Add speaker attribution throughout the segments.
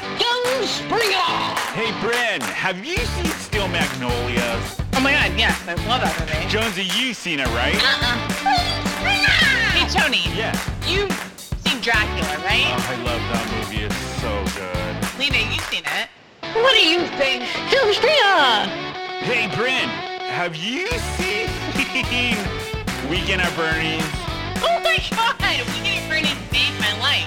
Speaker 1: Brian Springer!
Speaker 2: Hey, Bryn, have you seen Steel Magnolias?
Speaker 3: Oh my god, yes, I love that movie.
Speaker 2: Jonesy, you've seen it, right?
Speaker 4: Uh-uh.
Speaker 3: Hey Tony,
Speaker 2: Yeah.
Speaker 3: you've seen Dracula,
Speaker 2: Oh,
Speaker 3: right?
Speaker 2: I love that movie. It's so good.
Speaker 3: Lena, you've seen it.
Speaker 1: What do you think?
Speaker 5: Film Springer!
Speaker 2: Hey, Bryn, have you seen Weekend at Bernie's?
Speaker 3: Oh my god, we getting ready to save my life.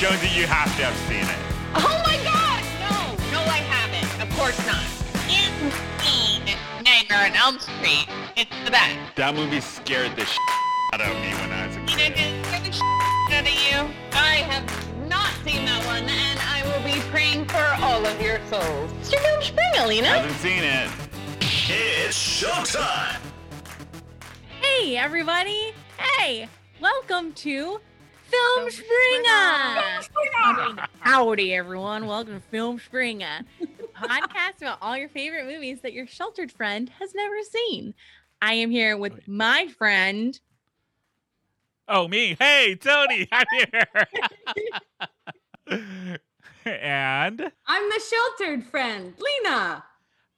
Speaker 2: Jonesy, you have to have seen it.
Speaker 3: Oh my god, no, no I haven't. Of course not. You've seen Nightmare on Elm Street. It's the best.
Speaker 2: That movie scared the sh- out of me when I was a
Speaker 3: Lena,
Speaker 2: kid.
Speaker 3: did get the sh- out of you?
Speaker 1: I have not seen that one, and I will be praying for all of your souls.
Speaker 5: It's your Film Springer, Lena.
Speaker 2: Haven't seen it.
Speaker 6: It's showtime.
Speaker 4: Hey, everybody. Hey, welcome to Film Springer. Howdy, everyone. Welcome to Film Springer, the podcast about all your favorite movies that your sheltered friend has never seen. I am here with my friend.
Speaker 7: Oh, me. Hey, Tony, I'm here. and
Speaker 8: I'm the sheltered friend, Lena.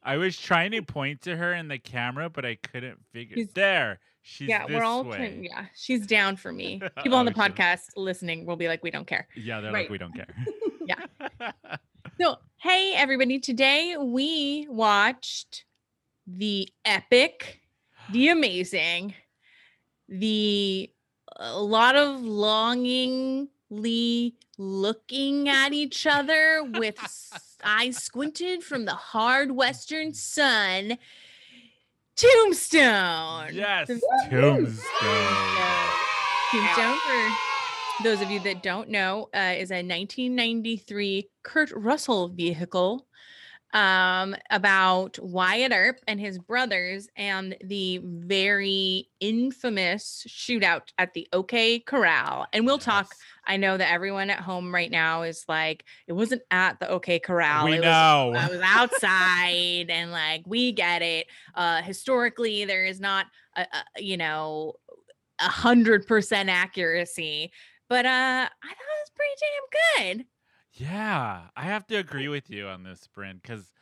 Speaker 7: I was trying to point to her in the camera, but I couldn't figure.
Speaker 4: She's-
Speaker 7: there. She's
Speaker 4: yeah,
Speaker 7: this
Speaker 4: we're all
Speaker 7: way.
Speaker 4: turn- yeah. She's down for me. People on
Speaker 7: Oh,
Speaker 4: the
Speaker 7: she's-
Speaker 4: podcast listening will be like, we don't care.
Speaker 7: Yeah, they're
Speaker 8: Right.
Speaker 7: like, we don't care.
Speaker 4: Yeah.
Speaker 7: Yeah.
Speaker 4: So, hey, everybody. Today we watched the epic, the amazing, the a lot of longingly looking at each other with s- eyes squinted from the hard western sun. Tombstone.
Speaker 7: yes.
Speaker 4: The-
Speaker 2: Tombstone.
Speaker 4: Tombstone, for those of you that don't know, uh, is a 1993 Kurt Russell vehicle um, about Wyatt Earp and his brothers and the very infamous shootout at the OK Corral. And we'll talk. I know that everyone at home right now is like, it wasn't at the OK Corral.
Speaker 7: We
Speaker 4: it was
Speaker 7: know.
Speaker 4: I was outside and like we get it. Uh historically there is not a, a you know a hundred percent accuracy. But uh I thought it was pretty damn good.
Speaker 7: Yeah, I have to agree with you on this, Bryn, because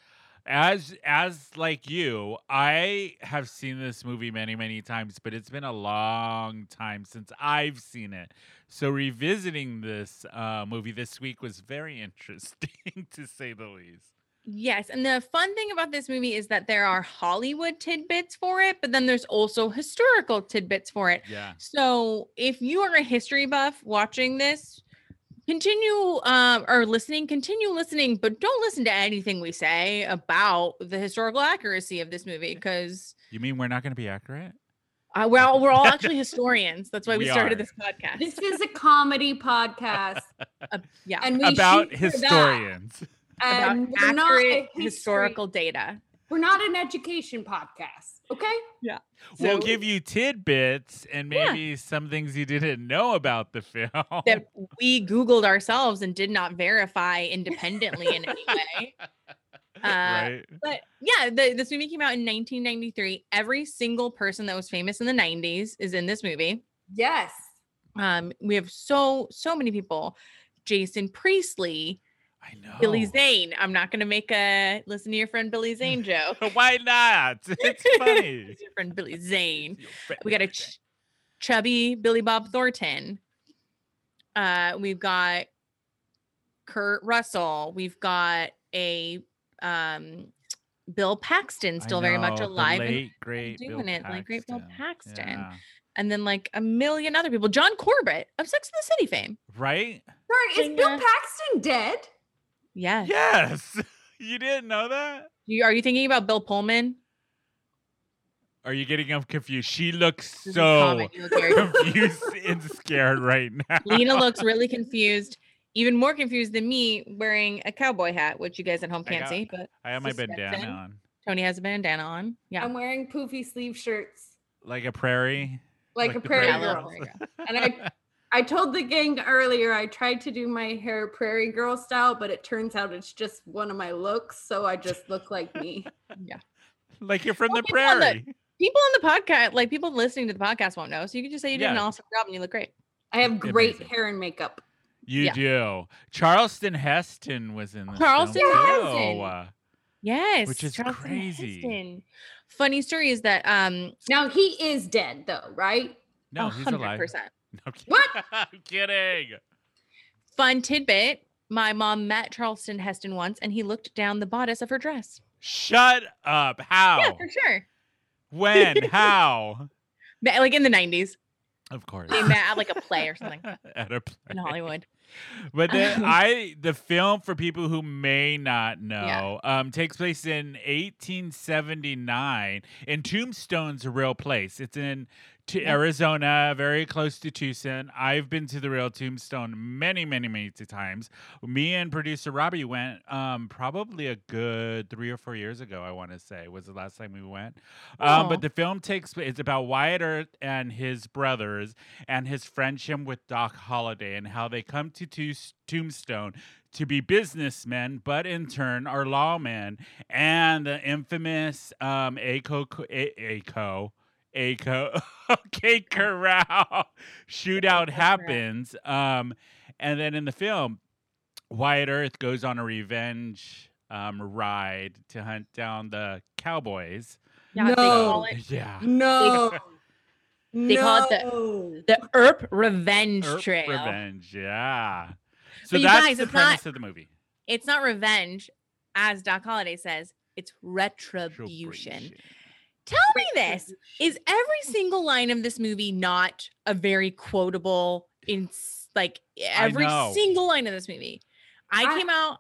Speaker 7: as as like you, I have seen this movie many, many times, but it's been a long time since I've seen it. So revisiting this uh, movie this week was very interesting, to say the least.
Speaker 4: Yes. And the fun thing about this movie is that there are Hollywood tidbits for it, but then there's also historical tidbits for it.
Speaker 7: Yeah,
Speaker 4: So if you are a history buff watching this, continue um, or listening, continue listening, but don't listen to anything we say about the historical accuracy of this movie because
Speaker 7: you mean we're not going to be accurate?
Speaker 4: uh, well, we're all actually historians. That's why we,
Speaker 7: We
Speaker 4: started
Speaker 7: are.
Speaker 4: this podcast.
Speaker 8: This is a comedy podcast,
Speaker 4: Uh, yeah.
Speaker 8: and we
Speaker 7: About
Speaker 8: shoot for that,
Speaker 7: historians.
Speaker 8: And
Speaker 4: about
Speaker 8: we're not a
Speaker 4: accurate
Speaker 8: history-
Speaker 4: historical data.
Speaker 8: We're not an education podcast, okay?
Speaker 7: we'll
Speaker 4: So-
Speaker 7: give you tidbits and
Speaker 4: Yeah.
Speaker 7: maybe some things you didn't know about the film.
Speaker 4: that we Googled ourselves and did not verify independently in any way. Uh,
Speaker 7: right?
Speaker 4: But yeah, the, this movie came out in 1993. Every single person that was famous in the 90s is in this movie.
Speaker 8: Yes.
Speaker 4: Um, we have so so many people. Jason Priestley,
Speaker 7: I know.
Speaker 4: Billy Zane. I'm not gonna make a listen to your friend Billy Zane joke.
Speaker 7: Why not? It's funny.
Speaker 4: It's your friend Billy Zane. We got a ch- chubby Billy Bob Thornton. Uh, we've got Kurt Russell. We've got a um, Bill Paxton,
Speaker 7: I
Speaker 4: still very much
Speaker 7: know,
Speaker 4: alive.
Speaker 7: The
Speaker 4: and
Speaker 7: late, great
Speaker 4: doing
Speaker 7: Bill
Speaker 4: it, like great Bill Paxton.
Speaker 7: Yeah.
Speaker 4: and then like a million other people. John Corbett of Sex and the City fame.
Speaker 7: Right?
Speaker 8: Sorry, is Bill
Speaker 4: Lena.
Speaker 8: Paxton dead?
Speaker 4: Yes.
Speaker 7: Yes. You didn't know that?
Speaker 4: You, are you thinking about Bill Pullman?
Speaker 7: Are you getting him confused? She looks
Speaker 4: This is
Speaker 7: so
Speaker 4: common, you look very
Speaker 7: confused and scared right now.
Speaker 4: Lena looks really confused, even more confused than me wearing a cowboy hat, which you guys at home
Speaker 7: I
Speaker 4: can't
Speaker 7: got-
Speaker 4: see, but
Speaker 7: I have my
Speaker 4: suspect
Speaker 7: bandana
Speaker 4: then.
Speaker 7: on.
Speaker 4: Tony has a bandana on. Yeah.
Speaker 8: I'm wearing poofy sleeve shirts
Speaker 7: Like a prairie.
Speaker 8: like,
Speaker 7: Like
Speaker 8: a
Speaker 7: the
Speaker 8: prairie
Speaker 4: Yeah,
Speaker 7: prairie
Speaker 8: girl.
Speaker 4: little
Speaker 7: girls.
Speaker 4: girl.
Speaker 8: And I I told the gang earlier I tried to do my hair prairie girl style, but it turns out it's just one of my looks, so I just look like me.
Speaker 7: Like you're from
Speaker 4: Well,
Speaker 7: the
Speaker 4: people on the-
Speaker 7: prairie.
Speaker 4: People on the podcast, like people listening to the podcast, won't know. So you can just say you did an
Speaker 7: Yeah.
Speaker 4: awesome job and you look great.
Speaker 8: I have great
Speaker 7: Amazing.
Speaker 8: hair and makeup.
Speaker 7: You
Speaker 4: Yeah.
Speaker 7: do. Charleston Heston was in this.
Speaker 4: Charleston
Speaker 7: film
Speaker 4: Heston.
Speaker 7: too. Uh,
Speaker 4: Yes.
Speaker 7: Which is crazy.
Speaker 4: Heston. Funny story is that um
Speaker 8: Now he is dead though, right?
Speaker 7: No, he's alive.
Speaker 4: 100%.
Speaker 7: No, I'm kid-
Speaker 8: What?
Speaker 7: I'm kidding.
Speaker 4: Fun tidbit. My mom met Charleston Heston once and he looked down the bodice of her dress.
Speaker 7: Shut up. How?
Speaker 4: Yeah, for sure.
Speaker 7: When? How?
Speaker 4: Ma- Like in the 90s.
Speaker 7: Of course.
Speaker 4: They met at like a play or something
Speaker 7: At a
Speaker 4: in
Speaker 7: play.
Speaker 4: Hollywood.
Speaker 7: But then
Speaker 4: Um,
Speaker 7: I the film for people who may not know um takes place in 1879 and Tombstone's a real place. It's in t- Arizona, very close to Tucson. I've been to the real Tombstone many, many, many t- times. Me and producer Robbie went um probably a good 3 or 4 years ago, I want to say. Was the last time we went. Um,
Speaker 4: Aw.
Speaker 7: but the film takes it's about Wyatt Earp and his brothers and his friendship with Doc Holliday and how they come to Tus- Tombstone to be businessmen, but in turn are lawmen. And the infamous um, Aco A- Aco Aco okay Corral shootout happens. Um, and then in the film, Wyatt Earth goes on a revenge um, ride to hunt down the cowboys.
Speaker 4: Yeah, they call
Speaker 8: No.
Speaker 4: it
Speaker 7: Yeah.
Speaker 8: No.
Speaker 4: They call it the-
Speaker 8: the
Speaker 4: the Erp Revenge
Speaker 7: Erp
Speaker 4: Trail.
Speaker 7: Revenge, yeah. So
Speaker 4: But you
Speaker 7: that's
Speaker 4: guys,
Speaker 7: the
Speaker 4: it's not-
Speaker 7: premise of the movie.
Speaker 4: It's not revenge, as Doc Holliday says, it's retribution.
Speaker 7: Retribution.
Speaker 4: Tell me this. Is every single line of this movie not a very quotable in s- like every
Speaker 7: know.
Speaker 4: single line of this movie? I,
Speaker 8: I-
Speaker 4: came out,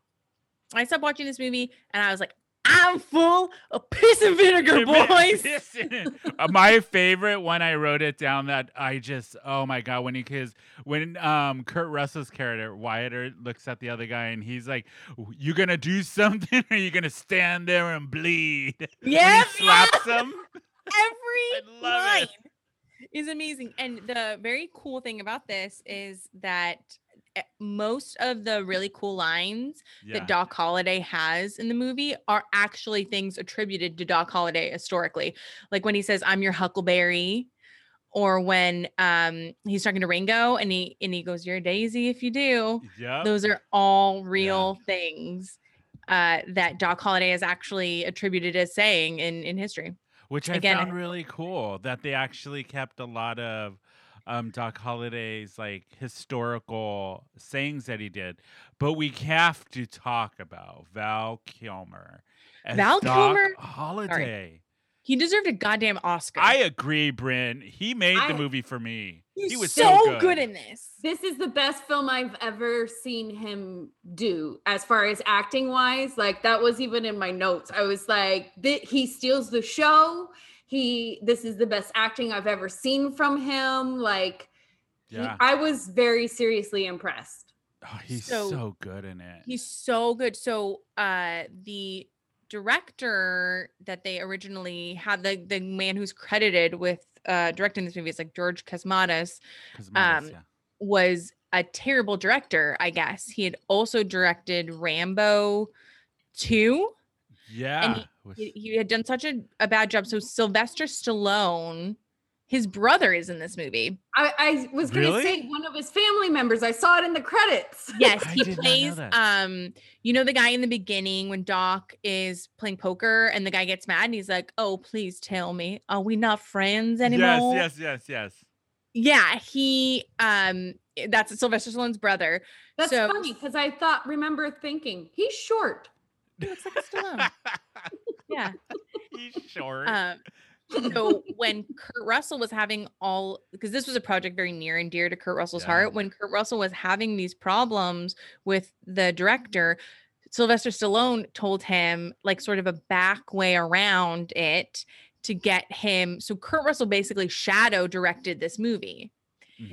Speaker 4: I stopped watching this movie and I was like, I'm full of piss and vinegar, boys.
Speaker 7: Listen, uh, my favorite one I wrote it down that I just oh my god when he kiss when um Kurt Russell's character Wyatt Earp, looks at the other guy and he's like you gonna do something or you gonna stand there and bleed
Speaker 4: Yes,
Speaker 7: he slaps him
Speaker 4: every
Speaker 7: I love
Speaker 4: line
Speaker 7: it.
Speaker 4: is amazing. And the very cool thing about this is that eh, most of the really cool lines
Speaker 7: yeah
Speaker 4: that Doc Holliday has in the movie are actually things attributed to Doc Holliday historically. Like when he says, I'm your Huckleberry, or when um he's talking to Ringo and he and he goes, You're a daisy if you do.
Speaker 7: Yep.
Speaker 4: Those are all real things uh, that Doc Holliday is actually attributed as saying in, in history.
Speaker 7: which
Speaker 4: Again,
Speaker 7: I
Speaker 4: I-
Speaker 7: found really cool that they actually kept a lot of um, Doc Holliday's like historical sayings that he did. But we have to talk about Val Kilmer. As
Speaker 4: Val
Speaker 7: Doc
Speaker 4: Kilmer-
Speaker 7: Holiday.
Speaker 4: He deserved a goddamn Oscar.
Speaker 7: I agree, Bryn. He made the
Speaker 8: I-
Speaker 7: movie for me.
Speaker 4: He's
Speaker 7: he was
Speaker 4: so, good. in this.
Speaker 8: This is the best film I've ever seen him do as far as acting wise. Like that was even in my notes. I was like, "Th- he steals the show. He this is the best acting I've ever seen from him. Like he-
Speaker 7: yeah.
Speaker 8: I was very seriously impressed.
Speaker 7: Oh, he's so,
Speaker 4: So-
Speaker 7: good in it.
Speaker 4: He's so good. So uh the director that they originally had the the man who's credited with uh directing this movie is like George Cosmatos
Speaker 7: 'Cause Miles,
Speaker 4: um,
Speaker 7: yeah.
Speaker 4: was a terrible director, I guess. He had also directed Rambo 2.
Speaker 7: Yeah. was-
Speaker 4: He, he had done such a, a bad job. So Sylvester Stallone, his brother is in this movie.
Speaker 8: I, I was gonna say
Speaker 7: Really?
Speaker 8: one of his family members. I saw it in the credits.
Speaker 4: Yes,
Speaker 7: I
Speaker 4: he
Speaker 7: did not know
Speaker 4: plays
Speaker 7: that.
Speaker 4: um you know the guy in the beginning when Doc is playing poker and the guy gets mad and he's like, "Oh, please tell me, are we not friends anymore?"
Speaker 7: Yes, yes, yes, yes.
Speaker 4: Yeah, he um i- that's Sylvester Stallone's brother.
Speaker 8: That's
Speaker 4: So-
Speaker 8: funny because I thought remember thinking he's short.
Speaker 4: Looks like a Stallone. yeah.
Speaker 7: he's short.
Speaker 4: Um so when Kurt Russell was having all because this was a project very near and dear to Kurt Russell's
Speaker 7: Yeah.
Speaker 4: heart, when Kurt Russell was having these problems with the director, Sylvester Stallone told him like sort of a back way around it to get him. So Kurt Russell basically shadow directed this movie.
Speaker 7: Mhm.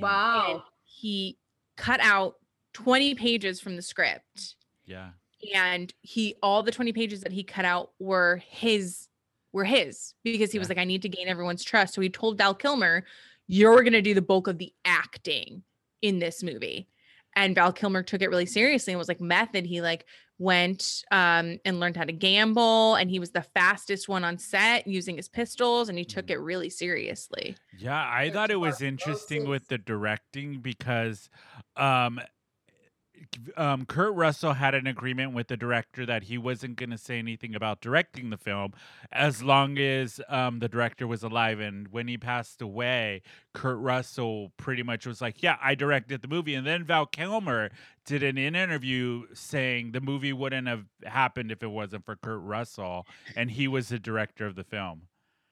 Speaker 8: Wow.
Speaker 4: He cut out 20 pages from the script
Speaker 7: Yeah.
Speaker 4: and he all the 20 pages that he cut out were his were his because he was
Speaker 7: Yeah.
Speaker 4: like i need to gain everyone's trust so he told val kilmer you're going to do the bulk of the acting in this movie and val kilmer took it really seriously and was like method he like went um, and learned how to gamble and he was the fastest one on set using his pistols and he took
Speaker 7: Mhm.
Speaker 4: it really seriously
Speaker 7: Yeah, I thought it was
Speaker 8: Mark
Speaker 7: interesting
Speaker 8: Rylance.
Speaker 7: with the directing because um um, Kurt Russell had an agreement with the director that he wasn't going to say anything about directing the film as long as um, the director was alive. And when he passed away, Kurt Russell pretty much was like, Yeah, I directed the movie. And then Val Kilmer did an in- interview saying the movie wouldn't have happened if it wasn't for Kurt Russell. And he was the director of the film.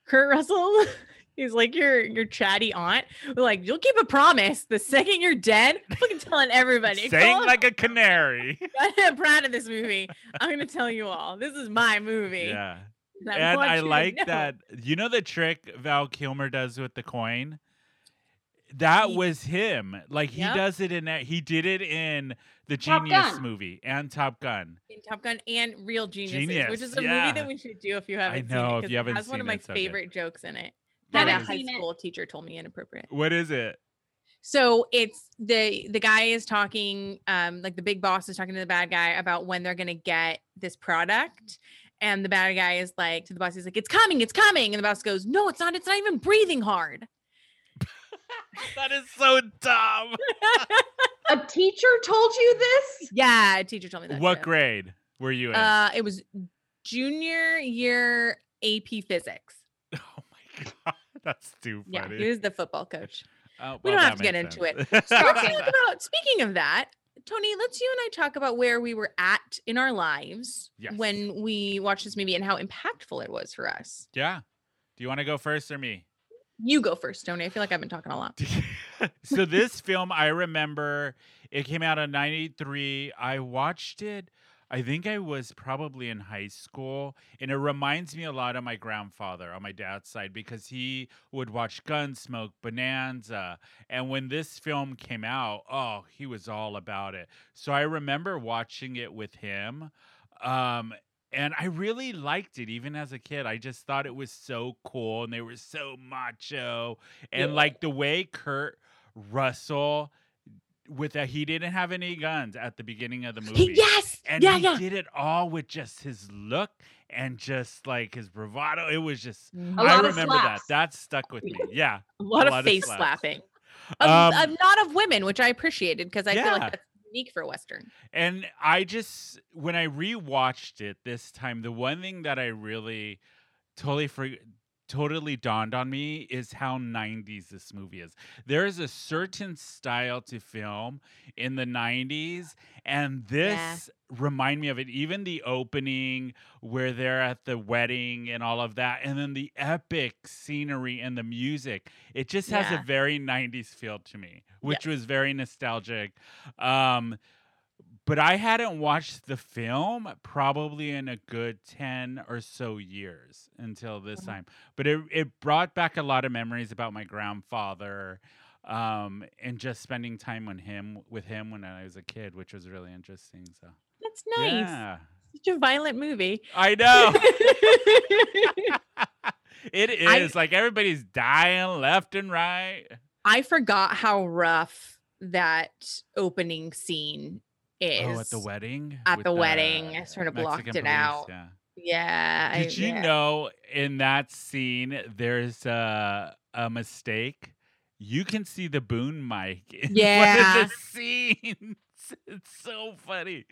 Speaker 4: Kurt Russell. He's like your your chatty aunt. We're like, you'll keep a promise. The second you're dead, I'm fucking telling everybody.
Speaker 7: Sang
Speaker 4: Call-
Speaker 7: like a canary.
Speaker 4: I'm proud of this movie. I'm gonna tell you all. This is my movie.
Speaker 7: yeah.
Speaker 4: And I
Speaker 7: and
Speaker 4: want
Speaker 7: I
Speaker 4: you to
Speaker 7: like
Speaker 4: know.
Speaker 7: that. You know the trick Val Kilmer does with the coin? That
Speaker 4: He-
Speaker 7: was him. Like
Speaker 4: Yep.
Speaker 7: he does it in that he did it in the
Speaker 8: Top
Speaker 7: Genius
Speaker 8: Gun.
Speaker 7: movie and Top Gun.
Speaker 4: in Top Gun and Real Geniuses,
Speaker 7: Genius,
Speaker 4: which is a
Speaker 7: yeah.
Speaker 4: movie that we should do if you haven't
Speaker 7: know,
Speaker 4: seen
Speaker 7: if
Speaker 4: it. 'cause
Speaker 7: you haven't
Speaker 4: it has one of
Speaker 7: seen
Speaker 4: my
Speaker 7: it, it's so good.
Speaker 4: favorite jokes in it that
Speaker 8: Haven't
Speaker 4: a high
Speaker 8: seen it.
Speaker 4: school teacher told me inappropriate.
Speaker 7: What is it?
Speaker 4: So it's the the guy is talking, um, like the big boss is talking to the bad guy about when they're gonna get this product. And the bad guy is like to the boss, he's like, It's coming, it's coming. And the boss goes, No, it's not, it's not even breathing hard.
Speaker 7: That is so dumb.
Speaker 5: A teacher told you this?
Speaker 4: Yeah, a teacher told me that.
Speaker 7: what
Speaker 4: too.
Speaker 7: grade were you in?
Speaker 4: Uh it was junior year AP physics.
Speaker 7: oh my god. That's too
Speaker 4: Yeah,
Speaker 7: funny.
Speaker 4: he was the football coach.
Speaker 7: Oh,
Speaker 4: we
Speaker 7: well,
Speaker 4: don't have
Speaker 7: that
Speaker 4: to get
Speaker 7: makes
Speaker 4: into
Speaker 7: sense.
Speaker 4: Let's talk about speaking of that, Tony, let's you and I talk about where we were at in our lives
Speaker 7: Yes.
Speaker 4: when we watched this movie and how impactful it was for us.
Speaker 7: yeah. Do you want to go first or me?
Speaker 4: You go first, Tony. I feel like I've been talking a lot.
Speaker 7: so this film I remember it came out in 93. I watched it I think I was probably in high school and it reminds me a lot of my grandfather on my dad's side because he would watch Gunsmoke, Bonanza, and when this film came out, oh, he was all about it. So I remember watching it with him. Um and I really liked it even as a kid. I just thought it was so cool and they were so macho and like the way Kurt Russell with that he didn't have any guns at the beginning of the movie.
Speaker 4: yes.
Speaker 7: And
Speaker 4: yeah,
Speaker 7: he
Speaker 4: yeah.
Speaker 7: did it all with just his look and just like his bravado. It was just
Speaker 4: Mhm.
Speaker 8: A
Speaker 7: I
Speaker 8: lot of
Speaker 7: remember that.
Speaker 8: slaps.
Speaker 7: That stuck with me. Yeah.
Speaker 4: A lot,
Speaker 7: a
Speaker 4: of
Speaker 7: lot of
Speaker 4: face
Speaker 7: slaps.
Speaker 4: slapping. Of,
Speaker 7: Um,
Speaker 4: of- not of women, which I appreciated because I feel
Speaker 7: Yeah.
Speaker 4: like that's unique for Western.
Speaker 7: And I just when I rewatched it this time, the one thing that I really totally for, totally dawned on me is how 90s this movie is. There is a certain style to film in the 90s and this
Speaker 4: Yeah.
Speaker 7: remind me of it even the opening where they're at the wedding and all of that and then the epic scenery and the music it just has
Speaker 4: Yeah.
Speaker 7: a very 90s feel to me which was very nostalgic um but I hadn't watched the film probably in a good 10 or so years until this
Speaker 4: Mhm.
Speaker 7: time. But it, it brought back a lot of memories about my grandfather um, and just spending time on him with him when I was a kid, which was really interesting. So
Speaker 4: That's nice.
Speaker 7: yeah.
Speaker 4: Such a violent movie.
Speaker 7: I know. it is like everybody's dying left and right.
Speaker 4: I forgot how rough that opening scene is.
Speaker 7: oh, at the wedding?
Speaker 4: at
Speaker 7: With
Speaker 4: the wedding, I sort of blocked
Speaker 7: Mexican
Speaker 4: it
Speaker 7: police,
Speaker 4: out.
Speaker 7: Yeah.
Speaker 4: Yeah. I-
Speaker 7: Did you
Speaker 4: yeah.
Speaker 7: know in that scene there's a a mistake? You can see the boon mic in one
Speaker 4: Yeah.
Speaker 7: of the scenes. It's so funny.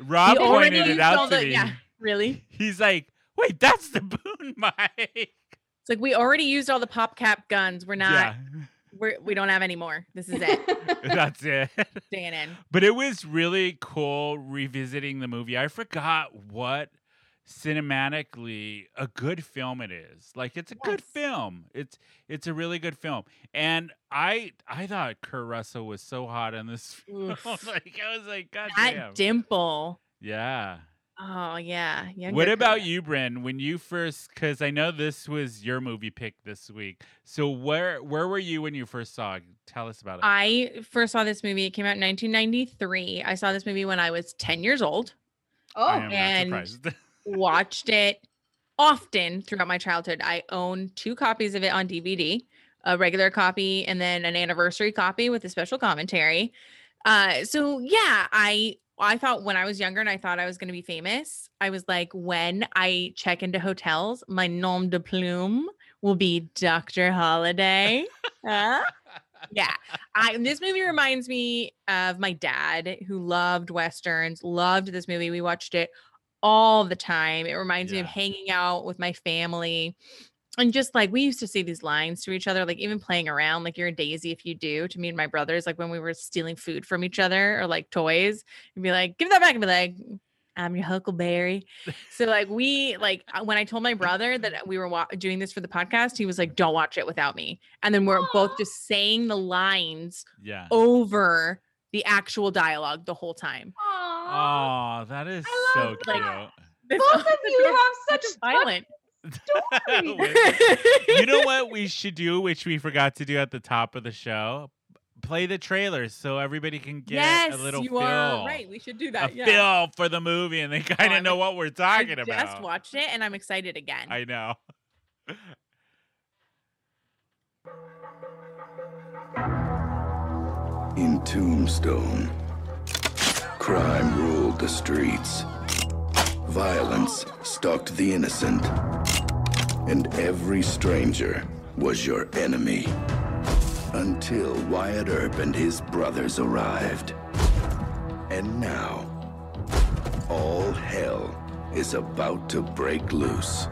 Speaker 7: Rob
Speaker 4: already
Speaker 7: pointed it
Speaker 4: saw
Speaker 7: out to
Speaker 4: the-
Speaker 7: me.
Speaker 4: yeah, really?
Speaker 7: He's like, "Wait, that's the boon mic."
Speaker 4: It's like we already used all the pop cap guns. We're not.
Speaker 7: Yeah,
Speaker 4: We're, we don't have any more. This is it.
Speaker 7: that's it.
Speaker 4: Staying in.
Speaker 7: But it was really cool revisiting the movie. I forgot what cinematically a good film it is. Like it's a good film. It's it's a really good film. And I I thought Kurt Russell was so hot in this film.
Speaker 4: Oof.
Speaker 7: Oh, like I was like, God
Speaker 4: That
Speaker 7: damn.
Speaker 4: dimple.
Speaker 7: yeah.
Speaker 4: Oh yeah. Younger
Speaker 7: What
Speaker 4: Kurt
Speaker 7: about you, Bren? When you first because I know this was your movie pick this week. So where where were you when you first saw it? Tell us about it.
Speaker 4: I first saw this movie. It came out in 1993. I saw this movie when I was 10 years
Speaker 7: I
Speaker 4: old.
Speaker 8: Oh,
Speaker 7: am
Speaker 4: and-
Speaker 7: not surprised.
Speaker 4: watched it often throughout my childhood. I own two copies of it on DVD, a regular copy and then an anniversary copy with a special commentary. Uh, so yeah, I I thought when I was younger and I thought I was going to be famous, I was like, when I check into hotels, my nom de plume will be Dr. Holiday. Huh? yeah. I this movie reminds me of my dad who loved westerns, loved this movie. We watched it all the time. It reminds me of
Speaker 7: Yeah.
Speaker 4: hanging out with my family. And just like we used to say these lines to each other, like even playing around, like you're a daisy if you do to me and my brothers, like when we were stealing food from each other or like toys, you'd be like, give that back and be like, I'm your Huckleberry. So like we like uh, when I told my brother that we were wa- doing this for the podcast, he was like, "Don't watch it without me." And then we're both just saying the lines
Speaker 7: Yeah.
Speaker 4: over the actual dialogue the whole time.
Speaker 7: Oh, that is
Speaker 5: I
Speaker 7: so
Speaker 5: love
Speaker 7: cute.
Speaker 5: Both of you have
Speaker 4: such
Speaker 5: such
Speaker 4: violent.
Speaker 7: Wait. you know what we should do, which we forgot to do at the top of the show? Play the trailers so everybody can get
Speaker 4: yes,
Speaker 7: a little
Speaker 4: you
Speaker 7: feel.
Speaker 4: are right. We should do that.
Speaker 7: a
Speaker 4: yeah.
Speaker 7: feel for the movie and they kind of
Speaker 4: I'm
Speaker 7: know what we're
Speaker 4: I
Speaker 7: talking
Speaker 4: just
Speaker 7: about.
Speaker 4: watched it and I'm excited again.
Speaker 7: I know.
Speaker 9: In Tombstone, crime ruled the streets. Violence stalked the innocent. And every stranger was your enemy. Until Wyatt Earp and his brothers arrived. And now, all hell is about to break loose.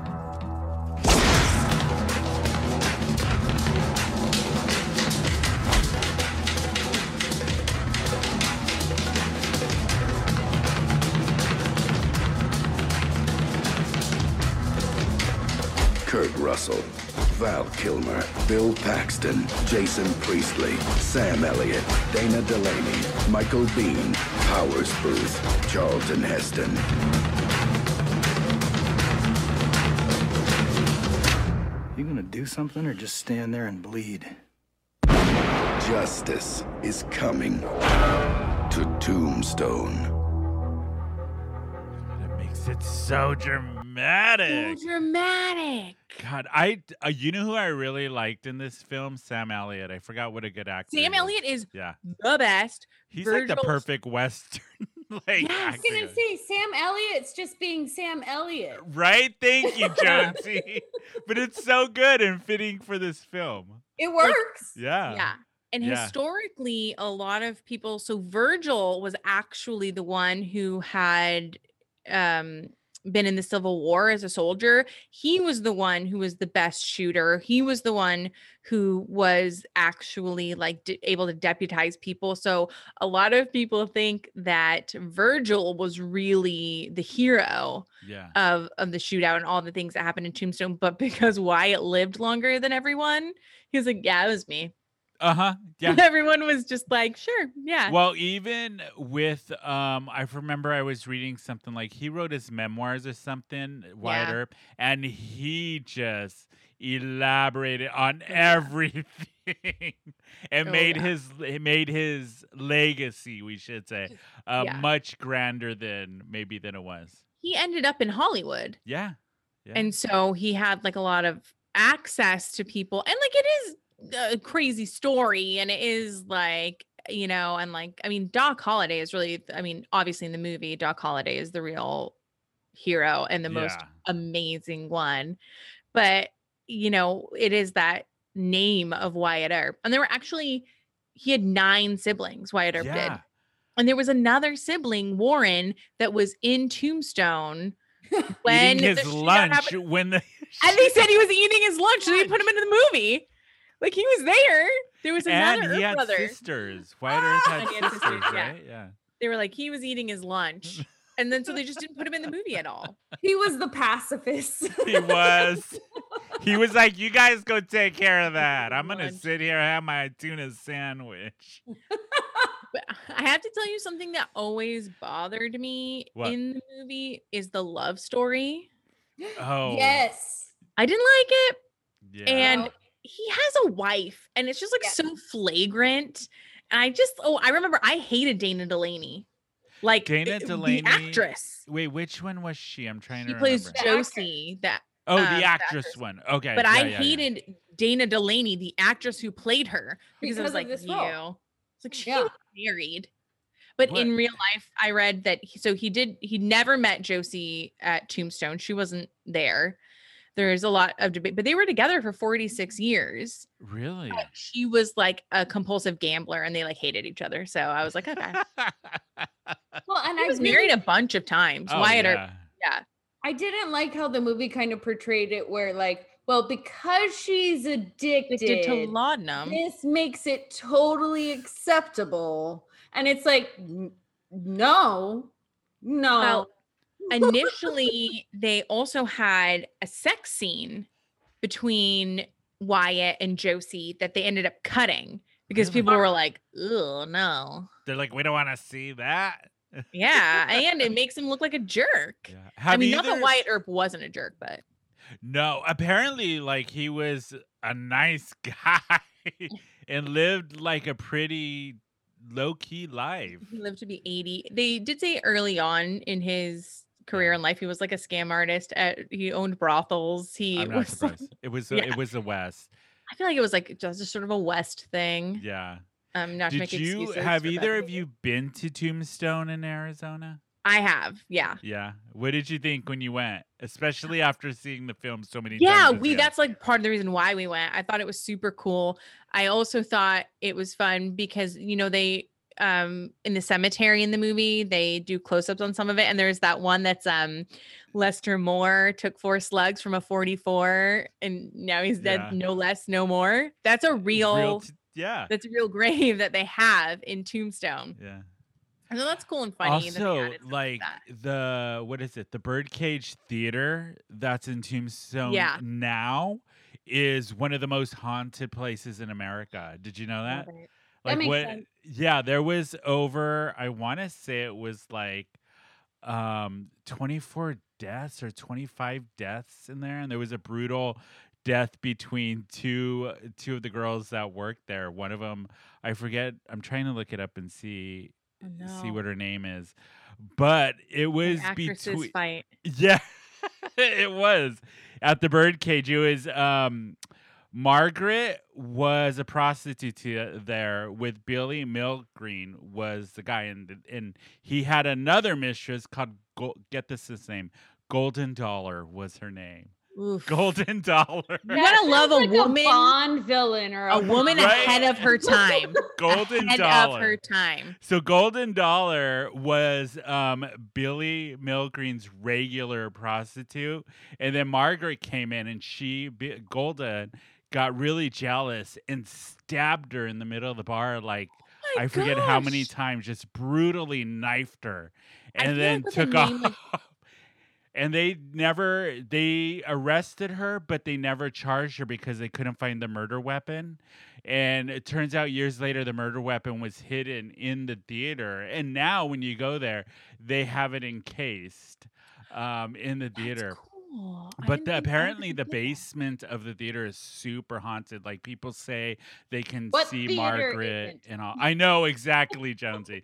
Speaker 9: Kurt Russell, Val Kilmer, Bill Paxton, Jason Priestley, Sam Elliott, Dana Delaney, Michael Bean, Powers Booth, Charlton Heston.
Speaker 10: You gonna do something or just stand there and bleed?
Speaker 9: Justice is coming to Tombstone.
Speaker 7: That makes it so dramatic.
Speaker 4: dramatic.
Speaker 7: God, I uh, you know who I really liked in this film? Sam Elliott. I forgot what a good actor.
Speaker 4: Sam
Speaker 7: he was.
Speaker 4: Elliott is
Speaker 7: Yeah,
Speaker 4: the best.
Speaker 7: he's like
Speaker 4: Virgil-
Speaker 7: the perfect western. like,
Speaker 8: I was gonna
Speaker 7: actor.
Speaker 8: say Sam Elliott's just being Sam Elliott.
Speaker 7: Right, thank you,
Speaker 4: Yeah.
Speaker 7: Jonesy. but it's so good and fitting for this film.
Speaker 8: It works.
Speaker 7: Yeah.
Speaker 4: yeah and
Speaker 7: yeah.
Speaker 4: historically a lot of people so virgil was actually the one who had um been in the civil war as a soldier he was the one who was the best shooter he was the one who was actually like d- able to deputize people so a lot of people think that virgil was really the hero
Speaker 7: Yeah.
Speaker 4: of of the shootout and all the things that happened in tombstone but because wyatt lived longer than everyone he was like yeah it was me
Speaker 7: Uh huh. Yeah.
Speaker 4: Everyone was just like, sure, yeah.
Speaker 7: Well, even with um, I remember I was reading something like he wrote his memoirs or something, Wyatt
Speaker 4: Yeah.
Speaker 7: Earp, and he just elaborated on
Speaker 4: yeah.
Speaker 7: everything and
Speaker 4: Oh,
Speaker 7: made
Speaker 4: yeah.
Speaker 7: his it made his legacy, we should say, uh,
Speaker 4: Yeah.
Speaker 7: much grander than maybe than it was.
Speaker 4: he ended up in Hollywood.
Speaker 7: Yeah. Yeah.
Speaker 4: And so he had like a lot of access to people. And like it is a crazy story and it is like, you know, and like I mean Doc Holliday is really I mean, obviously in the movie Doc Holliday is the real hero and the most
Speaker 7: Yeah.
Speaker 4: amazing one. But you know, it is that name of Wyatt Earp. And there were actually he had nine siblings, Wyatt Earp did.
Speaker 7: yeah.
Speaker 4: And there was another sibling, Warren, that was in Tombstone when
Speaker 7: Eating
Speaker 4: the
Speaker 7: his
Speaker 4: shootout
Speaker 7: lunch
Speaker 4: happened.
Speaker 7: when the
Speaker 4: And they said he was eating his lunch, so they put him into the movie. Like he was there. There was
Speaker 7: and
Speaker 4: another
Speaker 7: he
Speaker 4: Earp
Speaker 7: had
Speaker 4: brother.
Speaker 7: sisters. Wyatt Earp
Speaker 4: And he
Speaker 7: had
Speaker 4: had sisters,
Speaker 7: sisters,
Speaker 4: yeah.
Speaker 7: right? Yeah.
Speaker 4: They were like, he was eating his lunch. And then so they just didn't put him in the movie at all.
Speaker 8: He was the pacifist.
Speaker 7: He was. He was like, "You guys go take care of that. I'm gonna
Speaker 4: Lunch.
Speaker 7: sit here and have my tuna sandwich."
Speaker 4: But I have to tell you something that always bothered me
Speaker 7: What?
Speaker 4: in the movie is the love story.
Speaker 7: Oh,
Speaker 8: Yes.
Speaker 4: I didn't like it.
Speaker 7: yeah.
Speaker 4: and he has a wife and it's just like
Speaker 8: Yeah.
Speaker 4: so flagrant and i just oh i remember i hated dana delaney like
Speaker 7: Dana
Speaker 4: uh,
Speaker 7: Delaney-
Speaker 4: the actress
Speaker 7: wait, which one was she? I'm trying
Speaker 4: she
Speaker 7: to
Speaker 4: plays
Speaker 7: remember.
Speaker 4: josie that
Speaker 7: oh,
Speaker 4: um,
Speaker 7: the
Speaker 4: the
Speaker 7: actress
Speaker 4: actress.
Speaker 7: one. Okay,
Speaker 4: but
Speaker 7: yeah,
Speaker 4: i
Speaker 7: yeah, yeah.
Speaker 4: hated dana delaney the actress who played her because,
Speaker 8: Because of
Speaker 4: i was like
Speaker 8: this
Speaker 4: you
Speaker 8: role.
Speaker 4: it's like she
Speaker 8: Yeah.
Speaker 4: was married but
Speaker 7: What?
Speaker 4: in real life i read that he, so he did he never met josie at tombstone she wasn't there there's a lot of debate, but they were together for 46 years.
Speaker 7: Really?
Speaker 4: But She was like a compulsive gambler and they like hated each other. So I was like, okay.
Speaker 8: Well, and
Speaker 4: I
Speaker 8: I
Speaker 4: was
Speaker 8: really-
Speaker 4: married a bunch of times.
Speaker 7: Oh,
Speaker 4: Wyatt Earp.
Speaker 7: yeah.
Speaker 8: I didn't like how the movie kind of portrayed it, where like, well, because she's addicted,
Speaker 4: Addicted to laudanum.
Speaker 8: this makes it totally acceptable, and it's like, n- no, no,
Speaker 4: Well, initially they also had a sex scene between Wyatt and Josie that they ended up cutting because
Speaker 7: Really?
Speaker 4: people were like, "Oh no,
Speaker 7: They're like, we don't want to see that.
Speaker 4: yeah," and it makes him look like a jerk.
Speaker 7: Yeah.
Speaker 4: I
Speaker 7: Have
Speaker 4: mean, not
Speaker 7: either-
Speaker 4: that Wyatt Earp wasn't a jerk, but
Speaker 7: No, apparently, like he was a nice guy and lived like a pretty low key life.
Speaker 4: he lived to be 80. They did say early on in his career in life he was like a scam artist. At, he owned brothels. He
Speaker 7: I'm not
Speaker 4: was. like-
Speaker 7: surprised. It was
Speaker 4: Yeah.
Speaker 7: it was the West.
Speaker 4: I feel like it was like just a sort of a West thing.
Speaker 7: Yeah.
Speaker 4: Um, not to
Speaker 7: Did
Speaker 4: make
Speaker 7: you
Speaker 4: excuses
Speaker 7: have
Speaker 4: for
Speaker 7: either
Speaker 4: Bethany.
Speaker 7: of you been to Tombstone in Arizona?
Speaker 4: I have. Yeah.
Speaker 7: Yeah. What did you think when you went, especially after seeing the film so many times?
Speaker 4: yeah
Speaker 7: with
Speaker 4: we
Speaker 7: you?
Speaker 4: that's like part of the reason why we went i thought it was super cool i also thought it was fun because you know they um in the cemetery in the movie they do close-ups on some of it and there's that one that's um lester moore took four slugs from a 44 and now he's dead
Speaker 7: Yeah.
Speaker 4: no less no more that's a real,
Speaker 7: t- yeah.
Speaker 4: that's a real grave that they have in tombstone
Speaker 7: Yeah.
Speaker 4: and so that's cool and funny that they
Speaker 7: Also,
Speaker 4: added stuff
Speaker 7: like
Speaker 4: that.
Speaker 7: the what is it? The Birdcage Theater that's in Tombstone
Speaker 4: Yeah.
Speaker 7: now is one of the most haunted places in America. Did you know that?
Speaker 8: That makes sense.
Speaker 7: Yeah, there was over. I want to say it was like um 24 deaths or 25 deaths in there, and there was a brutal death between two two of the girls that worked there. One of them, I forget. I'm trying to look it up and see
Speaker 4: Oh,
Speaker 7: see
Speaker 4: no.
Speaker 7: what her name is. But it was
Speaker 4: actresses
Speaker 7: between
Speaker 4: fight
Speaker 7: Yeah. it was. At the birdcage. It was um Margaret was a prostitute to- there with Billy Milgreen was the guy and and he had another mistress called Go- get this this name Golden Dollar was her name.
Speaker 4: Oof.
Speaker 7: Golden Dollar.
Speaker 4: You gotta love a
Speaker 8: like
Speaker 4: woman-
Speaker 8: a Bond villain, or a,
Speaker 4: a woman
Speaker 7: Oh, Right?
Speaker 4: ahead of her time
Speaker 7: Golden
Speaker 4: ahead
Speaker 7: Dollar.
Speaker 4: of her time
Speaker 7: So Golden Dollar was um, Billy Milgreen's regular prostitute, and then Margaret came in, and she B- Golden got really jealous and stabbed her in the middle of the bar, like
Speaker 4: My
Speaker 7: I forget how many
Speaker 4: gosh.
Speaker 7: times, just brutally knifed her,
Speaker 4: I
Speaker 7: and
Speaker 4: feel
Speaker 7: then
Speaker 4: like with a
Speaker 7: took
Speaker 4: name like-
Speaker 7: off. And they never they arrested her, but they never charged her because they couldn't find the murder weapon. And it turns out years later, the murder weapon was hidden in the theater. And now, when you go there, they have it encased um, in the
Speaker 4: That's
Speaker 7: theater.
Speaker 4: cool.
Speaker 7: But
Speaker 4: I didn't
Speaker 7: the,
Speaker 4: think- I
Speaker 7: apparently,
Speaker 4: didn't
Speaker 7: the
Speaker 4: know that.
Speaker 7: basement of the theater is super haunted. Like people say, they can
Speaker 8: What
Speaker 7: see
Speaker 8: theater
Speaker 7: Margaret
Speaker 8: isn't?
Speaker 7: and all. I know exactly, Jonesy.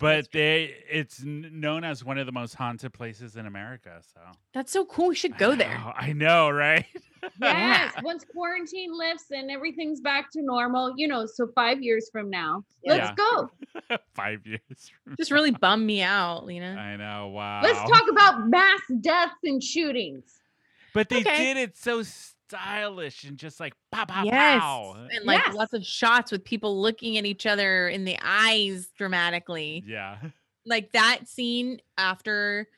Speaker 7: But they, it's n- known as one of the most haunted places in America. So
Speaker 4: That's so cool. We should
Speaker 7: I
Speaker 4: go there.
Speaker 7: know, I know, right?
Speaker 8: Yes, once quarantine lifts and everything's back to normal, you know, so five years from now,
Speaker 7: Yeah.
Speaker 8: let's go.
Speaker 7: Five years. from
Speaker 4: Just really bummed me out, Lena.
Speaker 7: I know. Wow.
Speaker 8: Let's talk about mass deaths and shootings.
Speaker 7: But they
Speaker 4: Okay.
Speaker 7: did it so stylish and just like pop, pop,
Speaker 4: yes.
Speaker 7: pow.
Speaker 4: And like
Speaker 8: Yes.
Speaker 4: lots of shots with people looking at each other in the eyes dramatically.
Speaker 7: Yeah.
Speaker 4: Like that scene after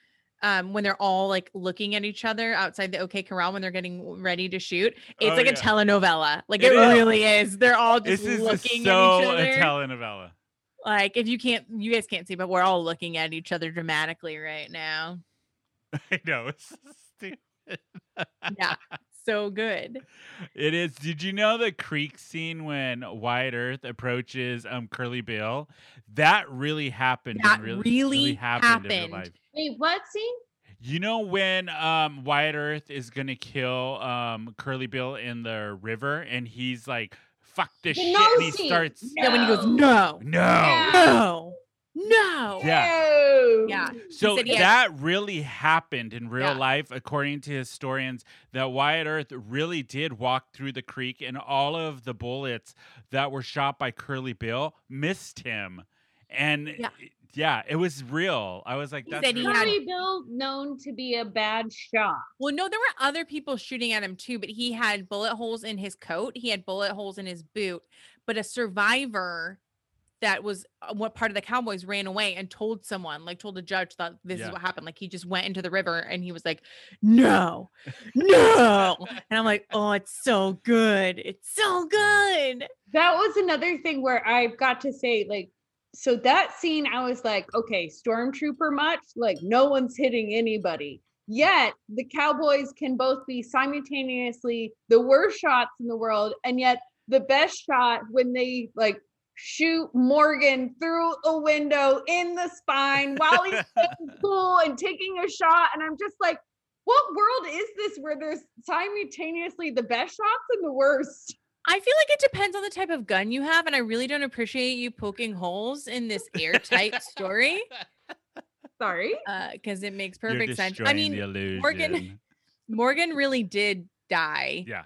Speaker 4: um when they're all like looking at each other outside the OK Corral when they're getting ready to shoot. It's
Speaker 7: Oh,
Speaker 4: like
Speaker 7: yeah.
Speaker 4: a telenovela. Like
Speaker 7: It
Speaker 4: it,
Speaker 7: is.
Speaker 4: really is. They're all
Speaker 7: This
Speaker 4: just
Speaker 7: is a-
Speaker 4: looking at each
Speaker 7: so
Speaker 4: other.
Speaker 7: a telenovela.
Speaker 4: like if you can't you guys can't see but we're all looking at each other dramatically right now
Speaker 7: I know. It's so stupid.
Speaker 4: yeah so good
Speaker 7: It is. Did you know the creek scene when Wyatt Earth approaches um Curly Bill? That really happened. and
Speaker 4: That
Speaker 7: really,
Speaker 4: really
Speaker 7: happened, in real
Speaker 4: happened.
Speaker 7: life.
Speaker 8: Wait, what scene?
Speaker 7: You know when um Wyatt Earth is gonna kill um Curly Bill in the river and he's like, fuck this
Speaker 8: The
Speaker 7: shit.
Speaker 8: no
Speaker 7: And he
Speaker 8: scene.
Speaker 7: starts
Speaker 4: yeah when he goes
Speaker 8: No.
Speaker 4: no
Speaker 7: No.
Speaker 4: no no
Speaker 7: Yeah.
Speaker 8: No.
Speaker 4: yeah
Speaker 7: So
Speaker 4: said he had-
Speaker 7: that really happened in real
Speaker 4: Yeah.
Speaker 7: life, according to historians, that Wyatt Earth really did walk through the creek and all of the bullets that were shot by Curly Bill missed him. And
Speaker 4: Yeah.
Speaker 7: yeah, it was real. I was like,
Speaker 4: He
Speaker 7: that's
Speaker 4: said he
Speaker 7: real."
Speaker 4: had-
Speaker 8: Curly Bill known to be a bad shot.
Speaker 4: Well, no, there were other people shooting at him too, but he had bullet holes in his coat. He had bullet holes in his boot. But a survivor that was uh, what part of the Cowboys ran away and told someone, like told a judge that this
Speaker 7: Yeah.
Speaker 4: is what happened. Like he just went into the river and he was like, no, no. and I'm like, oh, it's so good. It's so good.
Speaker 8: That was another thing where I got to say, like, so that scene, I was like, okay, stormtrooper much, like, no one's hitting anybody. Yet the Cowboys can both be simultaneously the worst shots in the world, and yet the best shot when they like shoot Morgan through a window in the spine while he's playing pool and taking a shot. And I'm just like, what world is this where there's simultaneously the best shots and the worst?
Speaker 4: I feel like it depends on the type of gun you have. And I really don't appreciate you poking holes in this airtight story
Speaker 8: Sorry.
Speaker 4: because it makes
Speaker 7: You're
Speaker 4: perfect sense. I
Speaker 7: destroying
Speaker 4: mean,
Speaker 7: the illusion.
Speaker 4: Morgan- Morgan really did die.
Speaker 7: Yeah.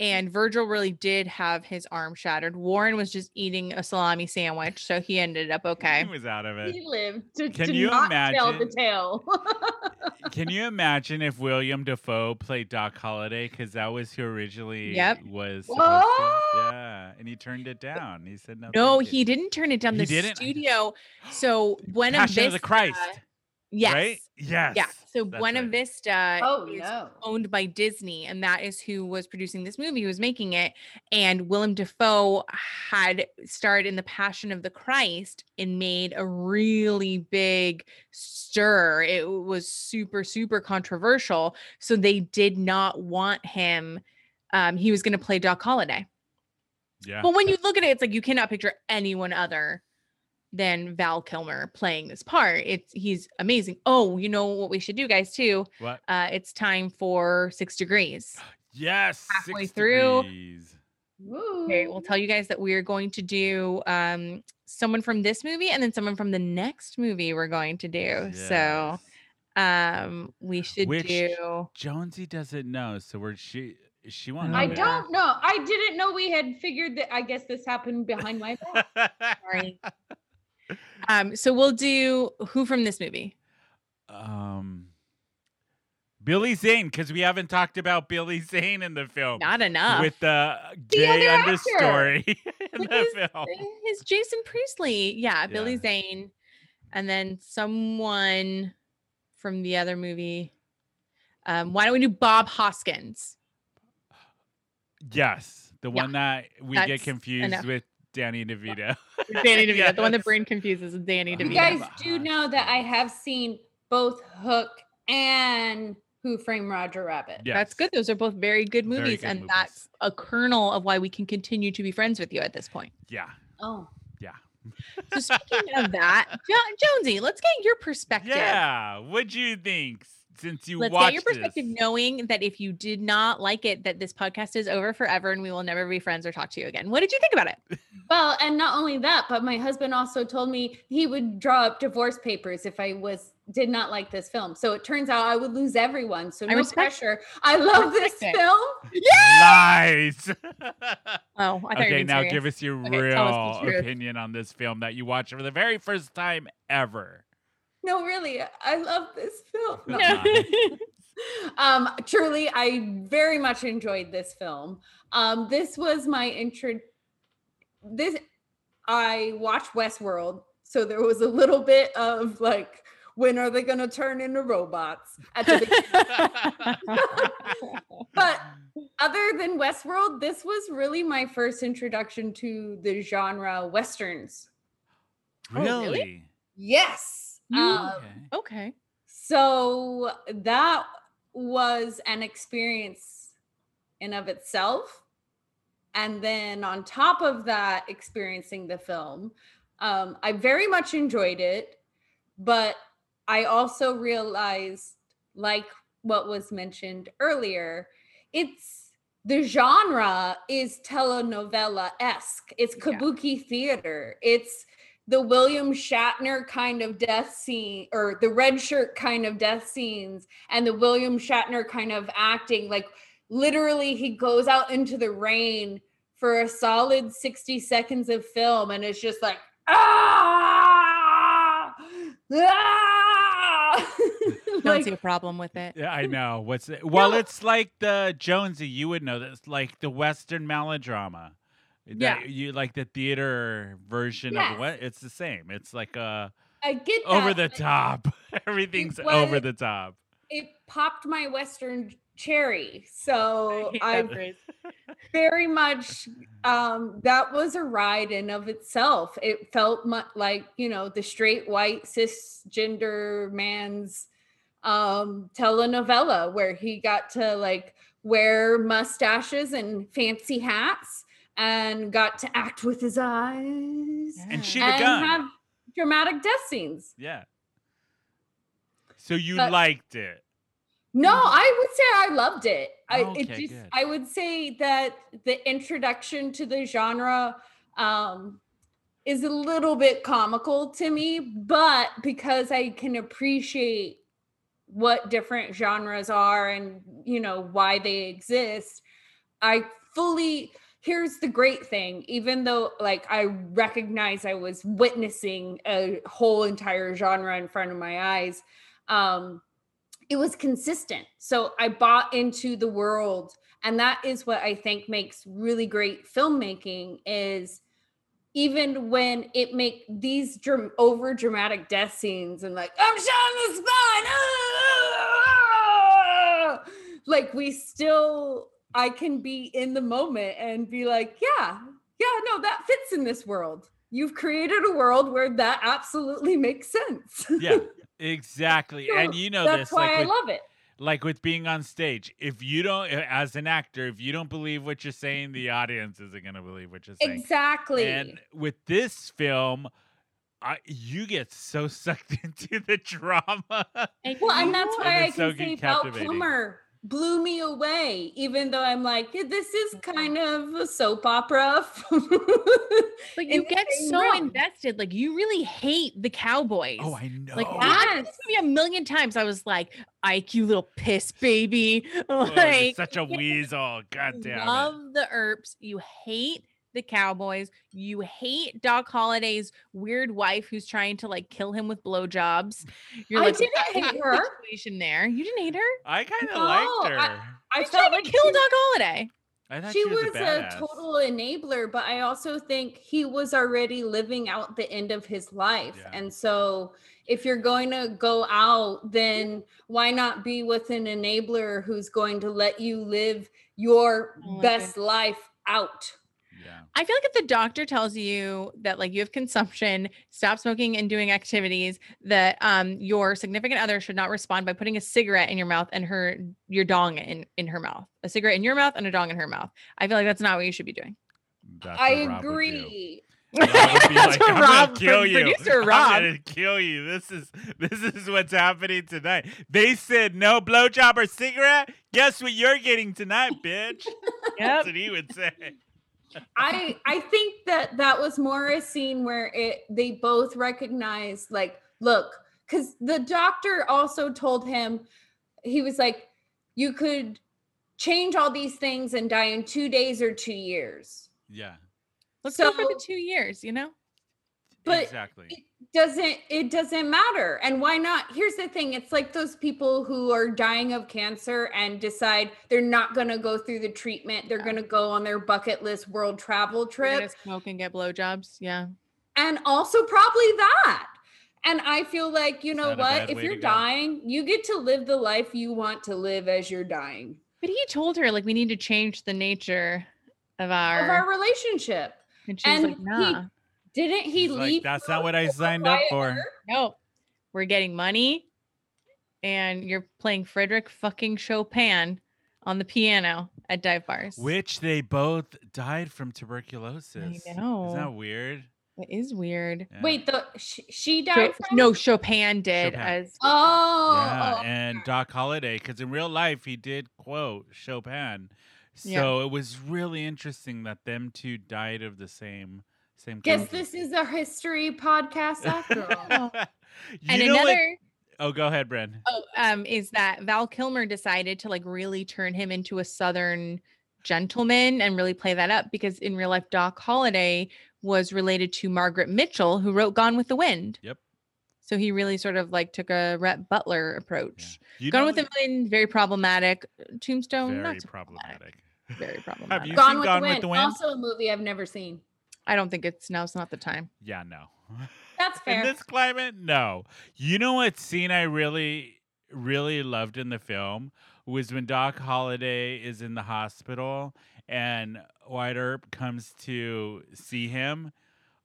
Speaker 4: And Virgil really did have his arm shattered. Warren was just eating a salami sandwich, so he ended up okay.
Speaker 7: He was out of it.
Speaker 8: He lived to,
Speaker 7: Can
Speaker 8: to
Speaker 7: you
Speaker 8: not tell the
Speaker 7: imagine-
Speaker 8: tale.
Speaker 7: Can you imagine if William Defoe played Doc Holliday? Because that was who originally
Speaker 4: Yep.
Speaker 7: was. supposed
Speaker 8: What?
Speaker 7: To, yeah, and he turned it down. He said no.
Speaker 4: No,
Speaker 7: thank you."
Speaker 4: he didn't turn it down.
Speaker 7: He
Speaker 4: The
Speaker 7: didn't? I know.
Speaker 4: studio. So Buena
Speaker 7: Passion
Speaker 4: Vista.
Speaker 7: of the Christ.
Speaker 4: Yes.
Speaker 7: Right? Yes.
Speaker 4: Yeah. So
Speaker 7: that's
Speaker 4: Buena
Speaker 7: right.
Speaker 4: Vista
Speaker 8: oh
Speaker 4: is
Speaker 8: no.
Speaker 4: owned by Disney, and that is who was producing this movie, who was making it. And Willem Dafoe had starred in The Passion of the Christ and made a really big stir. It was super, super controversial. So they did not want him. Um, he was going to play Doc Holliday.
Speaker 7: Yeah.
Speaker 4: But when you look at it, it's like you cannot picture anyone other than Val Kilmer playing this part. It's he's amazing. Oh, you know what we should do, guys, too?
Speaker 7: What?
Speaker 4: Uh, it's time for six degrees.
Speaker 7: Yes.
Speaker 4: halfway
Speaker 7: six
Speaker 4: through.
Speaker 7: degrees.
Speaker 4: Okay, we'll
Speaker 8: Ooh.
Speaker 4: tell you guys that we are going to do um someone from this movie and then someone from the next movie we're going to do.
Speaker 7: Yes.
Speaker 4: So um we should
Speaker 7: Which-
Speaker 4: do
Speaker 7: Jonesy doesn't know, so we're she she won't.
Speaker 8: I
Speaker 7: know.
Speaker 8: don't know. I didn't know we had figured that. I guess this happened behind my back.
Speaker 4: sorry. um so we'll do who from this movie?
Speaker 7: um, Billy Zane, because we haven't talked about Billy Zane in the film
Speaker 4: Not enough.
Speaker 7: Oh, with the gay
Speaker 8: other actor.
Speaker 7: understory in
Speaker 4: With
Speaker 7: the
Speaker 4: his-
Speaker 7: film.
Speaker 4: Is Eh, Jason Priestley. Yeah, Billy
Speaker 7: Yeah.
Speaker 4: Zane. And then someone from the other movie. Um, why don't we do Bob Hoskins?
Speaker 7: Yes, the
Speaker 4: Yeah.
Speaker 7: one that we get
Speaker 4: That's
Speaker 7: confused
Speaker 4: enough.
Speaker 7: with Danny DeVito.
Speaker 4: Danny DeVito, the one that
Speaker 7: Yes.
Speaker 4: Brain confuses with Danny
Speaker 7: You
Speaker 4: DeVito.
Speaker 8: You guys do know that I have seen both Hook and Who Framed Roger Rabbit.
Speaker 7: Yes.
Speaker 4: That's good. Those are both very good
Speaker 7: Very
Speaker 4: movies,
Speaker 7: good
Speaker 4: and
Speaker 7: movies.
Speaker 4: that's a kernel of why we can continue to be friends with you at this point.
Speaker 7: Yeah,
Speaker 8: Oh,
Speaker 7: yeah,
Speaker 4: So speaking of that, jo- Jonesy, let's get your perspective.
Speaker 7: yeah. What'd you think since you
Speaker 4: Let's
Speaker 7: watched
Speaker 4: get your perspective,
Speaker 7: this?
Speaker 4: knowing that if you did not like it, that this podcast is over forever and we will never be friends or talk to you again. What did you think about it?
Speaker 8: well, and not only that, but my husband also told me he would draw up divorce papers if I was did not like this film. So it turns out I would lose everyone. So
Speaker 4: I
Speaker 8: no
Speaker 4: respect-
Speaker 8: pressure. I love this
Speaker 4: respect it.
Speaker 8: film.
Speaker 7: Lies.
Speaker 4: Oh, I thought you were
Speaker 7: okay,
Speaker 4: being
Speaker 7: now
Speaker 4: serious.
Speaker 7: give us your
Speaker 4: Okay, tell us the
Speaker 7: real
Speaker 4: truth.
Speaker 7: opinion on this film that you watched for the very first time ever.
Speaker 8: No, really, I love this film. No.
Speaker 7: Yeah.
Speaker 8: um truly i very much enjoyed this film um this was my intro this i watched westworld so there was a little bit of like when are they going to turn into robots at the beginning but other than westworld this was really my first introduction to the genre westerns
Speaker 4: Oh, really?
Speaker 7: really?
Speaker 8: yes um,
Speaker 7: Okay.
Speaker 4: okay.
Speaker 8: So that was an experience in of itself. And then on top of that, experiencing the film, um, I very much enjoyed it, but I also realized, like what was mentioned earlier, it's the genre is telenovela esque. It's
Speaker 4: Yeah.
Speaker 8: kabuki theater. It's the William Shatner kind of death scene or the red shirt kind of death scenes and the William Shatner kind of acting. Like literally, he goes out into the rain for a solid 60 seconds of film and it's just like, ah. "Ah!"
Speaker 4: Don't
Speaker 8: like,
Speaker 4: see a problem with it.
Speaker 7: Yeah, I know. What's it? Well, it's like the Jonesy. You would know this, like the Western melodrama.
Speaker 4: Yeah.
Speaker 7: That you like the theater version
Speaker 8: Yes.
Speaker 7: of what? It's the same. It's like uh
Speaker 8: I get that,
Speaker 7: over the
Speaker 8: but
Speaker 7: top. Everything's
Speaker 8: was-
Speaker 7: over the top.
Speaker 8: It popped my Western cherry, so
Speaker 4: I
Speaker 8: I very much um that was a ride in of itself it felt mu- like you know the straight white cisgender man's um telenovela where he got to like wear mustaches and fancy hats and got to act with his eyes
Speaker 7: And shoot a
Speaker 8: and
Speaker 7: gun.
Speaker 8: have dramatic death scenes
Speaker 7: yeah. So you
Speaker 8: But-
Speaker 7: liked it.
Speaker 8: No, I would say I loved it. I it
Speaker 7: Oh, Okay,
Speaker 8: just
Speaker 7: good.
Speaker 8: I would say that the introduction to the genre um is a little bit comical to me, but because I can appreciate what different genres are and you know why they exist, I fully here's the great thing, even though like I recognize I was witnessing a whole entire genre in front of my eyes. Um it was consistent. So I bought into the world and that is what I think makes really great filmmaking is even when it make these dram- over dramatic death scenes and like I'm showing the spine ah!" like we still I can be in the moment and be like yeah yeah no that fits in this world you've created a world where that absolutely makes sense
Speaker 7: Yeah. Exactly. and you know
Speaker 8: that's
Speaker 7: this
Speaker 8: why
Speaker 7: like
Speaker 8: I
Speaker 7: with,
Speaker 8: love it
Speaker 7: like with being on stage. If you don't as an actor, if you don't believe what you're saying, the audience isn't going to believe what you're saying.
Speaker 8: Exactly.
Speaker 7: And with this film, I, you get so sucked into the drama.
Speaker 8: well, and that's
Speaker 7: And
Speaker 8: why I
Speaker 7: it's so
Speaker 8: can say
Speaker 7: good
Speaker 8: Val
Speaker 7: captivating.
Speaker 8: Kilmer blew me away, even though I'm like, "Yeah, this is
Speaker 7: Mm-hmm.
Speaker 8: kind of a soap opera.
Speaker 4: But
Speaker 8: in
Speaker 4: you
Speaker 8: the
Speaker 4: get
Speaker 8: same
Speaker 4: so
Speaker 8: realm.
Speaker 4: invested. Like you really hate the Cowboys.
Speaker 7: oh, I know.
Speaker 4: Like I watched
Speaker 8: Yes.
Speaker 4: this movie a million times. I was like, Ike, you little piss baby.
Speaker 7: Oh, you're
Speaker 4: Like
Speaker 7: such a weasel. God
Speaker 4: you
Speaker 7: damn
Speaker 4: love
Speaker 7: it.
Speaker 4: the Earps. You hate the Cowboys. You hate Doc Holliday's weird wife who's trying to like kill him with blowjobs. You're
Speaker 8: I
Speaker 4: like,
Speaker 8: didn't
Speaker 4: "What
Speaker 8: hate
Speaker 4: is the
Speaker 8: her."
Speaker 4: Situation there. You didn't hate her.
Speaker 7: I kind of
Speaker 8: No,
Speaker 7: liked
Speaker 8: I-
Speaker 7: her.
Speaker 8: I
Speaker 4: She
Speaker 8: felt
Speaker 4: didn't
Speaker 8: like
Speaker 4: kill
Speaker 8: she-
Speaker 4: Doc Holiday.
Speaker 7: I, thought
Speaker 8: she
Speaker 7: she was,
Speaker 8: was a
Speaker 7: badass.
Speaker 8: total enabler, but I also think he was already living out the end of his life.
Speaker 7: Yeah.
Speaker 8: And so if you're going to go out, then why not be with an enabler who's going to let you live your
Speaker 4: Oh my
Speaker 8: best life out?
Speaker 7: Yeah.
Speaker 4: I feel like if the doctor tells you that like you have consumption, stop smoking and doing activities, that um your significant other should not respond by putting a cigarette in your mouth and her your dong in in her mouth. A cigarette in your mouth and a dong in her mouth. I feel like that's not what you should be doing.
Speaker 7: That's
Speaker 8: I
Speaker 7: what Rob would do.
Speaker 8: agree.
Speaker 7: Rob would be
Speaker 4: That's
Speaker 7: like,
Speaker 4: what
Speaker 7: I'm
Speaker 4: Rob-
Speaker 7: gonna kill
Speaker 4: pro-
Speaker 7: you.
Speaker 4: producer
Speaker 7: I'm gonna kill you. This is this is what's happening tonight. They said no blowjob or cigarette. Guess what you're getting tonight, bitch. That's what he would say.
Speaker 8: I I think that that was more a scene where it they both recognized like look cuz the doctor also told him he was like you could change all these things and die in 2 days or 2 years.
Speaker 7: Yeah,
Speaker 4: Let's go for the
Speaker 8: So-
Speaker 4: two years, you know?
Speaker 8: But
Speaker 7: exactly.
Speaker 8: doesn't it doesn't matter and why not here's the thing it's like those people who are dying of cancer and decide they're not going to go through the treatment they're
Speaker 4: Yeah.
Speaker 8: going to go on their bucket list world travel
Speaker 4: We're
Speaker 8: trip
Speaker 4: gonna smoke and get blowjobs. Yeah.
Speaker 8: and also probably that. And I feel like, you know
Speaker 7: not a bad
Speaker 8: what? If
Speaker 7: way
Speaker 8: you're
Speaker 7: to go.
Speaker 8: dying, you get to live the life you want to live as you're dying
Speaker 4: But he told her like we need to change the nature of our,
Speaker 8: of our relationship.
Speaker 4: and she's like,
Speaker 8: and he-
Speaker 4: nah.
Speaker 8: Didn't he
Speaker 7: He's like,
Speaker 8: leave?
Speaker 7: "That's
Speaker 8: her
Speaker 7: not what I
Speaker 8: for
Speaker 7: signed up for."
Speaker 8: Wyatt Earp?
Speaker 4: Nope. We're getting money and you're playing Frederick fucking Chopin on the piano at dive bars.
Speaker 7: Which they both died from tuberculosis.
Speaker 4: know.
Speaker 7: Isn't that weird?
Speaker 4: it is weird.
Speaker 7: Yeah.
Speaker 8: Wait, the she, she
Speaker 4: Cho-
Speaker 8: died from
Speaker 4: no, Chopin did
Speaker 7: Chopin.
Speaker 4: as
Speaker 8: Oh,
Speaker 7: Yeah,
Speaker 8: oh,
Speaker 7: and Doc Holliday, because in real life he did quote Chopin, so
Speaker 4: Yeah.
Speaker 7: it was really interesting that them two died of the same same.
Speaker 8: guess
Speaker 7: condition.
Speaker 8: this is a history podcast after all.
Speaker 7: you
Speaker 4: and
Speaker 7: know what-
Speaker 4: another
Speaker 7: Oh, go ahead, Bren.
Speaker 4: oh, um is that Val Kilmer decided to like really turn him into a southern gentleman and really play that up because in real life Doc Holliday was related to Margaret Mitchell who wrote Gone with the Wind.
Speaker 7: Yep.
Speaker 4: So he really sort of like took a Rhett Butler approach.
Speaker 7: You
Speaker 4: Gone
Speaker 7: know
Speaker 4: with a
Speaker 7: who's
Speaker 4: Million, very problematic. Tombstone,
Speaker 7: very
Speaker 4: not so
Speaker 7: problematic.
Speaker 4: very
Speaker 7: Have
Speaker 4: problematic.
Speaker 7: you
Speaker 8: Gone,
Speaker 7: seen
Speaker 8: with,
Speaker 7: Gone
Speaker 8: the
Speaker 7: with
Speaker 8: wind.
Speaker 7: the Wind?
Speaker 8: Also a movie I've never seen.
Speaker 4: I don't think it's now's not the time.
Speaker 7: Yeah, no.
Speaker 8: That's fair.
Speaker 7: In this climate, no. You know what scene I really, really loved in the film was when Doc Holliday is in the hospital and White Earp comes to see him.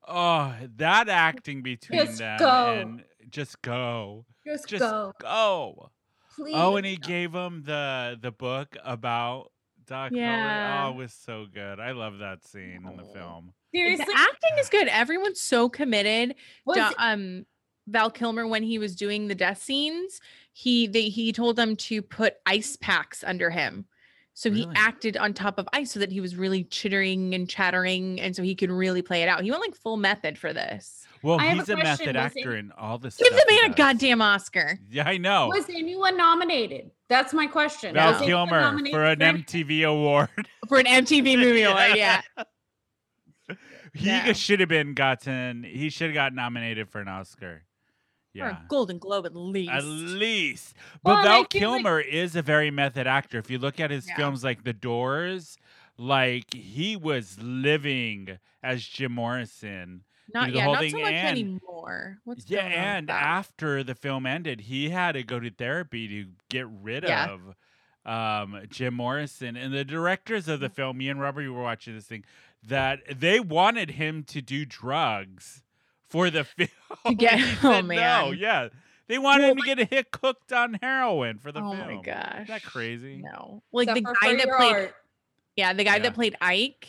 Speaker 7: Oh, that acting between
Speaker 8: Just
Speaker 7: them
Speaker 8: go.
Speaker 7: and just go,
Speaker 8: just,
Speaker 7: just
Speaker 8: go.
Speaker 7: go.
Speaker 8: Please.
Speaker 7: Oh, and he gave him the the book about Doc
Speaker 4: Yeah.
Speaker 7: Holliday. Oh, it was so good. I love that scene in the film.
Speaker 8: Seriously,
Speaker 4: The acting is good. Everyone's so committed.
Speaker 8: was
Speaker 4: Do- um Val Kilmer when he was doing the death scenes, he they he told them to put ice packs under him. So he
Speaker 7: Really?
Speaker 4: acted on top of ice so that he was really chittering and chattering and so he could really play it out. He went like full method for this.
Speaker 7: Well,
Speaker 8: I have a
Speaker 7: he's a,
Speaker 8: question.
Speaker 7: method
Speaker 8: Was it-
Speaker 7: actor in all this.
Speaker 4: Give
Speaker 7: stuff
Speaker 4: the
Speaker 7: he
Speaker 4: man a
Speaker 7: does.
Speaker 4: goddamn Oscar.
Speaker 7: Yeah, I know.
Speaker 8: was anyone nominated? That's my question.
Speaker 7: Oh. Val
Speaker 8: Was anyone
Speaker 7: Kilmer
Speaker 8: nominated
Speaker 7: for an MTV award.
Speaker 4: For an MTV movie
Speaker 7: Yeah.
Speaker 4: award, yeah.
Speaker 7: he
Speaker 4: Yeah.
Speaker 7: should have been gotten. He should have got nominated for an Oscar.
Speaker 4: Or
Speaker 7: Yeah.
Speaker 4: a Golden Globe at least.
Speaker 7: At least,
Speaker 8: Well,
Speaker 7: but
Speaker 8: and I
Speaker 7: Val
Speaker 8: feel like-
Speaker 7: Kilmer is a very method actor. If you look at his
Speaker 4: Yeah.
Speaker 7: films, like The Doors, like he was living as Jim Morrison.
Speaker 4: not
Speaker 7: do the
Speaker 4: yeah,
Speaker 7: whole
Speaker 4: not so
Speaker 7: thing
Speaker 4: much
Speaker 7: and-
Speaker 4: anymore. What's
Speaker 7: yeah,
Speaker 4: going on with
Speaker 7: and
Speaker 4: that?
Speaker 7: after the film ended, he had to go to therapy to get rid
Speaker 4: Yeah.
Speaker 7: of um, Jim Morrison and the directors
Speaker 4: Mm-hmm.
Speaker 7: of the film. Me and Robert were watching this thing that they wanted him to do drugs for the film.
Speaker 4: get-
Speaker 7: He
Speaker 4: oh,
Speaker 7: said no.
Speaker 4: man.
Speaker 7: yeah, they wanted
Speaker 4: Well,
Speaker 7: him to get a hit cooked on heroin for the
Speaker 4: oh
Speaker 7: film.
Speaker 4: my gosh.
Speaker 7: Isn't that crazy?
Speaker 4: No. Like the
Speaker 8: Suffer for
Speaker 4: guy that
Speaker 8: your
Speaker 4: played
Speaker 8: art.
Speaker 4: Yeah, the guy
Speaker 7: Yeah.
Speaker 4: that played Ike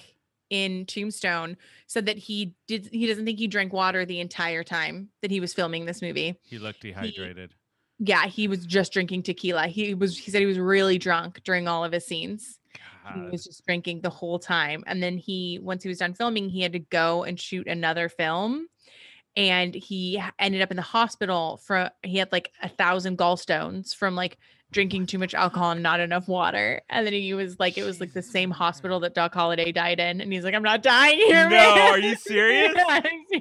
Speaker 4: in Tombstone said that he did he doesn't think he drank water the entire time that he was filming this movie.
Speaker 7: He looked dehydrated.
Speaker 4: Yeah, he was just drinking tequila. He was he said he was really drunk during all of his scenes. He
Speaker 7: God.
Speaker 4: was just drinking the whole time. And then he once he was done filming, he had to go and shoot another film. And he h- ended up in the hospital for he had like a thousand gallstones from like drinking too much alcohol and not enough water. And then he was like, it was like the
Speaker 7: Jesus
Speaker 4: same
Speaker 7: Christ.
Speaker 4: hospital that Doc Holliday died in. And he's like, I'm not dying here.
Speaker 7: No,
Speaker 4: man."
Speaker 7: are you serious?
Speaker 4: Yeah, I'm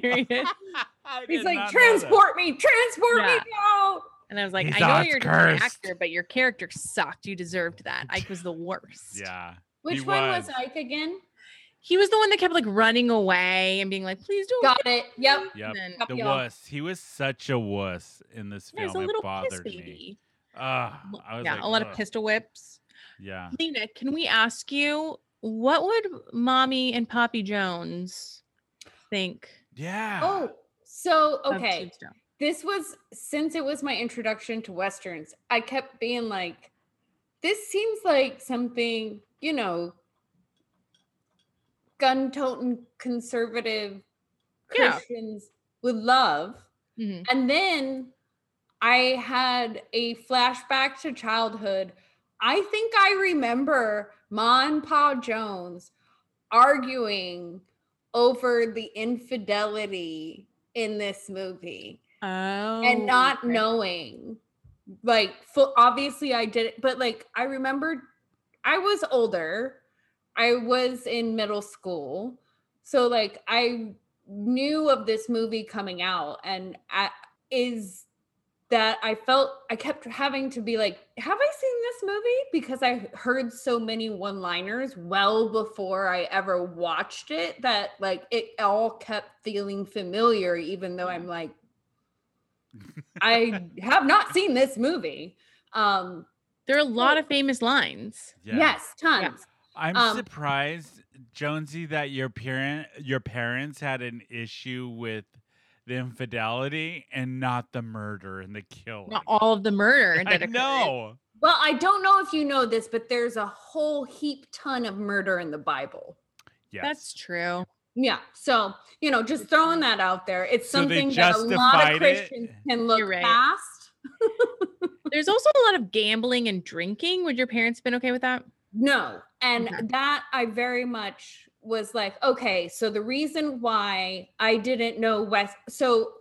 Speaker 4: serious.
Speaker 7: I
Speaker 8: He's
Speaker 7: did
Speaker 8: like,
Speaker 7: not know that.
Speaker 8: transport me, transport me
Speaker 4: Yeah.
Speaker 8: now.
Speaker 4: And I was like,
Speaker 7: He's
Speaker 4: I
Speaker 7: odds
Speaker 4: know you're just an
Speaker 7: cursed."
Speaker 4: actor, but your character sucked. You deserved that. Ike was the worst.
Speaker 7: Yeah.
Speaker 8: Which
Speaker 7: He
Speaker 8: one was
Speaker 7: was.
Speaker 8: Ike again?
Speaker 4: He was the one that kept like running away and being like, please don't
Speaker 8: Got it. Yep.
Speaker 7: Yep.
Speaker 4: And
Speaker 8: Yep,
Speaker 7: The
Speaker 8: y'all.
Speaker 7: wuss. He was such a wuss in this film.
Speaker 4: There's a
Speaker 7: it
Speaker 4: little piss
Speaker 7: bothered me.
Speaker 4: baby.
Speaker 7: Ah,
Speaker 4: L-
Speaker 7: I was
Speaker 4: yeah,
Speaker 7: like,
Speaker 4: a lot of
Speaker 7: "Ugh." Ah.
Speaker 4: pistol whips.
Speaker 7: Yeah.
Speaker 4: Lena, can we ask you what would mommy and Poppy Jones think?
Speaker 7: Yeah.
Speaker 8: Oh, so
Speaker 4: of
Speaker 8: okay.
Speaker 4: Tombstone?
Speaker 8: This was since it was my introduction to westerns. I kept being like, this seems like something you know, gun-toting conservative
Speaker 4: Yeah.
Speaker 8: Christians would love.
Speaker 4: Mhm.
Speaker 8: And then I had a flashback to childhood. I think I remember Ma and Pa Jones arguing over the infidelity in this movie
Speaker 4: Oh,
Speaker 8: and not
Speaker 4: okay.
Speaker 8: knowing. Like, fu- obviously, I did it, but like, I remembered I was older, I was in middle school. So, like, I knew of this movie coming out, and I, is that I felt I kept having to be like, have I seen this movie? Because I heard so many one liners well before I ever watched it that like it all kept feeling familiar, even though I'm like, I have not seen this movie. Um,
Speaker 4: There are a lot of famous lines.
Speaker 7: Yeah.
Speaker 8: yes, tons.
Speaker 7: I'm
Speaker 8: um,
Speaker 7: surprised, Jonesy, that your parent your parents had an issue with the infidelity and not the murder and the killing.
Speaker 4: Not all of the murder that
Speaker 7: I
Speaker 4: occurred.
Speaker 7: know.
Speaker 8: Well, I don't know if you know this, but there's a whole heap ton of murder in the Bible.
Speaker 7: Yes.
Speaker 4: That's true.
Speaker 8: Yeah. So, you know, just throwing that out there. It's
Speaker 7: So they
Speaker 8: something that a lot
Speaker 7: justified
Speaker 8: of
Speaker 7: it?
Speaker 8: Christians can look
Speaker 4: You're right.
Speaker 8: past.
Speaker 4: There's also a lot of gambling and drinking. Would your parents been okay with that?
Speaker 8: No. And
Speaker 4: Okay.
Speaker 8: that I very much was like, okay, so the reason why I didn't know West, so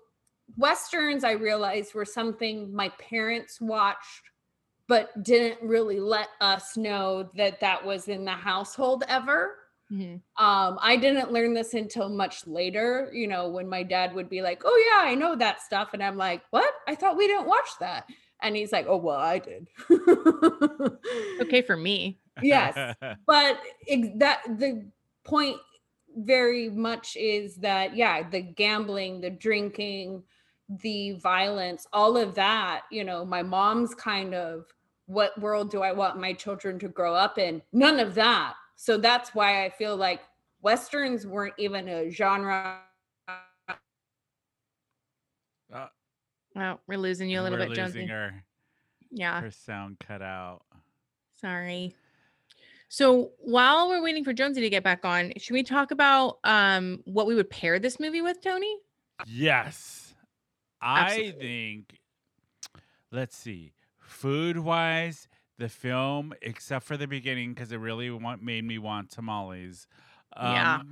Speaker 8: Westerns, I realized were something my parents watched, but didn't really let us know that that was in the household ever.
Speaker 4: Mhm.
Speaker 8: Um, I didn't learn this until much later, you know, when my dad would be like, Oh, yeah, I know that stuff. And I'm like, What? I thought we didn't watch that. And he's like, Oh, well, I did.
Speaker 4: Okay for me.
Speaker 8: Yes. but ex- that the point very much is that yeah the gambling the drinking the violence all of that you know my mom's kind of what world do i want my children to grow up in none of that so that's why i feel like westerns weren't even a genre
Speaker 4: Well, we're losing you a little
Speaker 7: We're
Speaker 4: bit,
Speaker 7: losing
Speaker 4: Jonesy. Ah.
Speaker 7: her.
Speaker 4: Yeah.
Speaker 7: Her sound cut out.
Speaker 4: Sorry. So while we're waiting for Jonesy to get back on, should we talk about um what we would pair this movie with, Tony?
Speaker 7: Yes. I
Speaker 4: Absolutely.
Speaker 7: think, let's see, food wise, the film, except for the beginning, because it really want, made me want tamales.
Speaker 4: Yeah.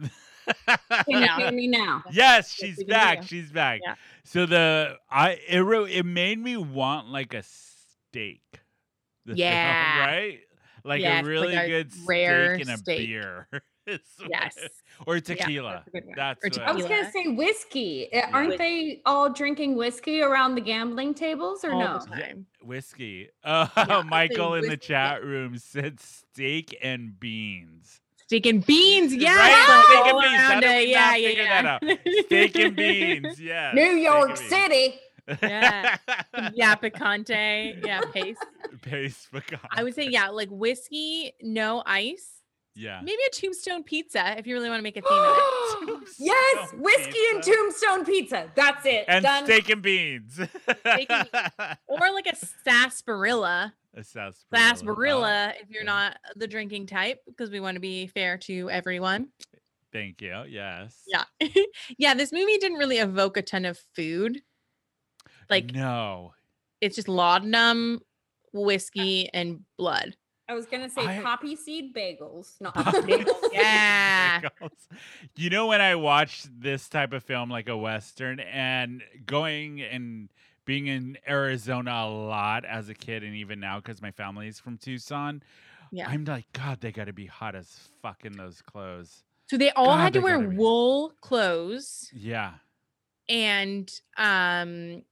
Speaker 7: Um,
Speaker 8: can you hear me now
Speaker 7: Yes,
Speaker 4: Yes,
Speaker 7: she's
Speaker 4: we can hear
Speaker 7: back.
Speaker 4: you.
Speaker 7: She's back.
Speaker 4: Yeah.
Speaker 7: So the I it re- it made me want like a steak. The film,
Speaker 4: Yeah.
Speaker 7: right? Like
Speaker 4: Yes, like
Speaker 7: a really
Speaker 4: a
Speaker 7: good
Speaker 4: rare
Speaker 7: steak and a
Speaker 4: steak.
Speaker 7: beer. Is what-
Speaker 4: Yes.
Speaker 7: Or
Speaker 4: Yeah,
Speaker 7: tequila.
Speaker 4: that's a good one.
Speaker 7: That's
Speaker 4: Or oh,
Speaker 7: what-
Speaker 8: i was gonna
Speaker 4: Tequila.
Speaker 8: say whiskey Uh, aren't they all drinking whiskey around the gambling tables or
Speaker 4: All
Speaker 8: no
Speaker 4: the time.
Speaker 7: Whiskey. Uh,
Speaker 4: I was
Speaker 7: Michael
Speaker 4: saying
Speaker 7: in the
Speaker 4: whiskey.
Speaker 7: chat room said steak and beans.
Speaker 4: Steak and beans. Yeah.
Speaker 7: Right? Steak and
Speaker 4: all
Speaker 7: beans. How
Speaker 4: around
Speaker 7: did
Speaker 4: it,
Speaker 7: we
Speaker 4: yeah,
Speaker 7: not
Speaker 4: yeah,
Speaker 7: figure
Speaker 4: yeah.
Speaker 7: that Steak and beans. Yeah.
Speaker 8: new york city
Speaker 4: Yeah. yeah, picante. Yeah, pace.
Speaker 7: Pace pecan.
Speaker 4: I would say, yeah, like whiskey, no ice.
Speaker 7: Yeah.
Speaker 4: Maybe a tombstone pizza if you really want to make a theme of it.
Speaker 8: Yes,
Speaker 7: Tombstone
Speaker 8: whiskey and
Speaker 7: pizza.
Speaker 8: tombstone pizza. That's it.
Speaker 7: and
Speaker 8: Done.
Speaker 7: steak and beans.
Speaker 4: and Or like a sarsaparilla.
Speaker 7: A sarsaparilla.
Speaker 4: Sarsaparilla, if you're
Speaker 7: Oh, yeah.
Speaker 4: not the drinking type, because we want to be fair to everyone.
Speaker 7: Thank you. Yes.
Speaker 4: Yeah. yeah, this movie didn't really evoke a ton of food. Like
Speaker 7: no.
Speaker 4: it's just laudanum, whiskey, and blood.
Speaker 8: I was gonna say
Speaker 7: I-
Speaker 8: poppy seed bagels. No.
Speaker 4: Yeah.
Speaker 7: Pickles. You know when I watch this type of film like a western and going and being in Arizona a lot as a kid and even now cuz my family's from Tucson,
Speaker 4: Yeah.
Speaker 7: I'm like god they got to be hot as fuck in those clothes.
Speaker 4: So they all
Speaker 7: God,
Speaker 4: had to
Speaker 7: they
Speaker 4: wear
Speaker 7: gotta be-
Speaker 4: wool clothes.
Speaker 7: Yeah.
Speaker 4: and um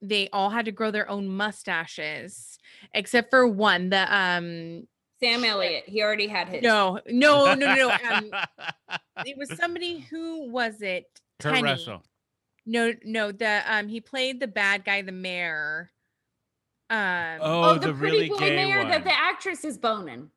Speaker 4: they all had to grow their own mustaches except for one the um
Speaker 8: Sam Elliott. He already had his.
Speaker 4: no no no no, no. Um, it was somebody who was it
Speaker 7: Kurt
Speaker 4: Tenny.
Speaker 7: Russell.
Speaker 4: no no the um he played the bad guy the mayor um oh,
Speaker 7: Oh,
Speaker 8: the,
Speaker 7: the,
Speaker 8: pretty
Speaker 7: really
Speaker 8: boy
Speaker 7: gay
Speaker 8: mayor
Speaker 7: one.
Speaker 8: that the actress is boning.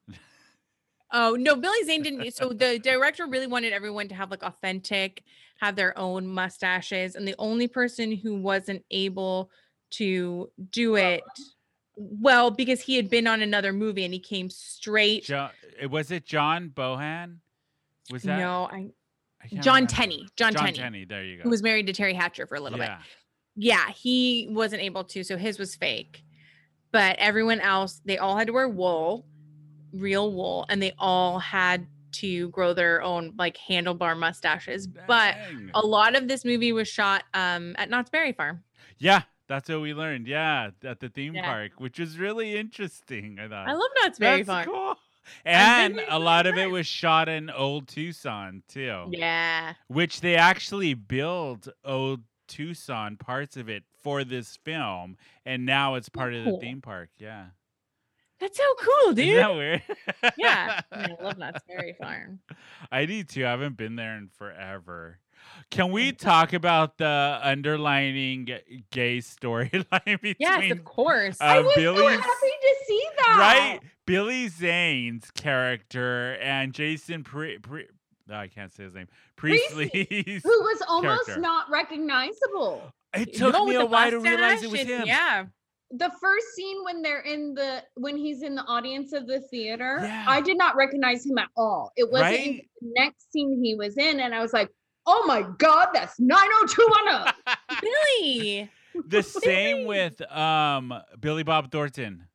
Speaker 4: oh, no billy zane didn't so the director really wanted everyone to have like authentic have their own mustaches and the only person who wasn't able to do it well because he had been on another movie and he came straight
Speaker 7: Jo- uh, was it John Bohan? Was that
Speaker 4: no I,
Speaker 7: I can't
Speaker 4: john
Speaker 7: remember.
Speaker 4: tenney john,
Speaker 7: John
Speaker 4: tenney,
Speaker 7: Tenney. There you go.
Speaker 4: who was married to terry hatcher for a little bit
Speaker 7: yeah.
Speaker 4: yeah he wasn't able to so his was fake but everyone else they all had to wear wool real wool and they all had to grow their own like handlebar mustaches but
Speaker 7: Dang.
Speaker 4: a lot of this movie was shot um at Knott's Berry Farm.
Speaker 7: yeah, that's what we learned. Yeah, at the theme
Speaker 4: Yeah.
Speaker 7: park, which was really interesting. I thought.
Speaker 4: I love Knott's Berry
Speaker 7: that's
Speaker 4: Farm.
Speaker 7: cool.
Speaker 4: I've been
Speaker 7: And
Speaker 4: there
Speaker 7: a
Speaker 4: so
Speaker 7: lot
Speaker 4: many
Speaker 7: of it
Speaker 4: times.
Speaker 7: was shot in old Tucson too,
Speaker 4: Yeah.
Speaker 7: which they actually built old Tucson parts of it for this film, and now it's part of the
Speaker 4: Oh, Cool.
Speaker 7: theme park. Yeah,
Speaker 4: That's so cool,
Speaker 7: is
Speaker 4: dude.
Speaker 7: that weird?
Speaker 4: yeah. I, mean, I love Knott's Berry Farm.
Speaker 7: I do too. I haven't been there in forever. Can we talk about the underlining g- gay storyline between
Speaker 4: Yes, of course.
Speaker 7: uh,
Speaker 8: I was so
Speaker 7: Billy's
Speaker 8: happy to see that.
Speaker 7: right Billy Zane's character and Jason Pri- Pri- no, I can't say his name
Speaker 8: Priestley,
Speaker 7: Priestley's.
Speaker 8: Who was almost
Speaker 7: Character.
Speaker 8: not recognizable.
Speaker 7: It took
Speaker 4: No,
Speaker 7: me
Speaker 4: with
Speaker 7: a
Speaker 4: the
Speaker 7: while to realize it was
Speaker 4: mustache
Speaker 7: him.
Speaker 4: and- Yeah.
Speaker 8: The first scene when they're in the when he's in the audience of the theater,
Speaker 7: Yeah.
Speaker 8: I did not recognize him at all. It wasn't even
Speaker 7: Right?
Speaker 8: the next scene he was in, and I was like, "Oh my god, that's 90210."
Speaker 4: Billy.
Speaker 7: the same with um Billy Bob Thornton.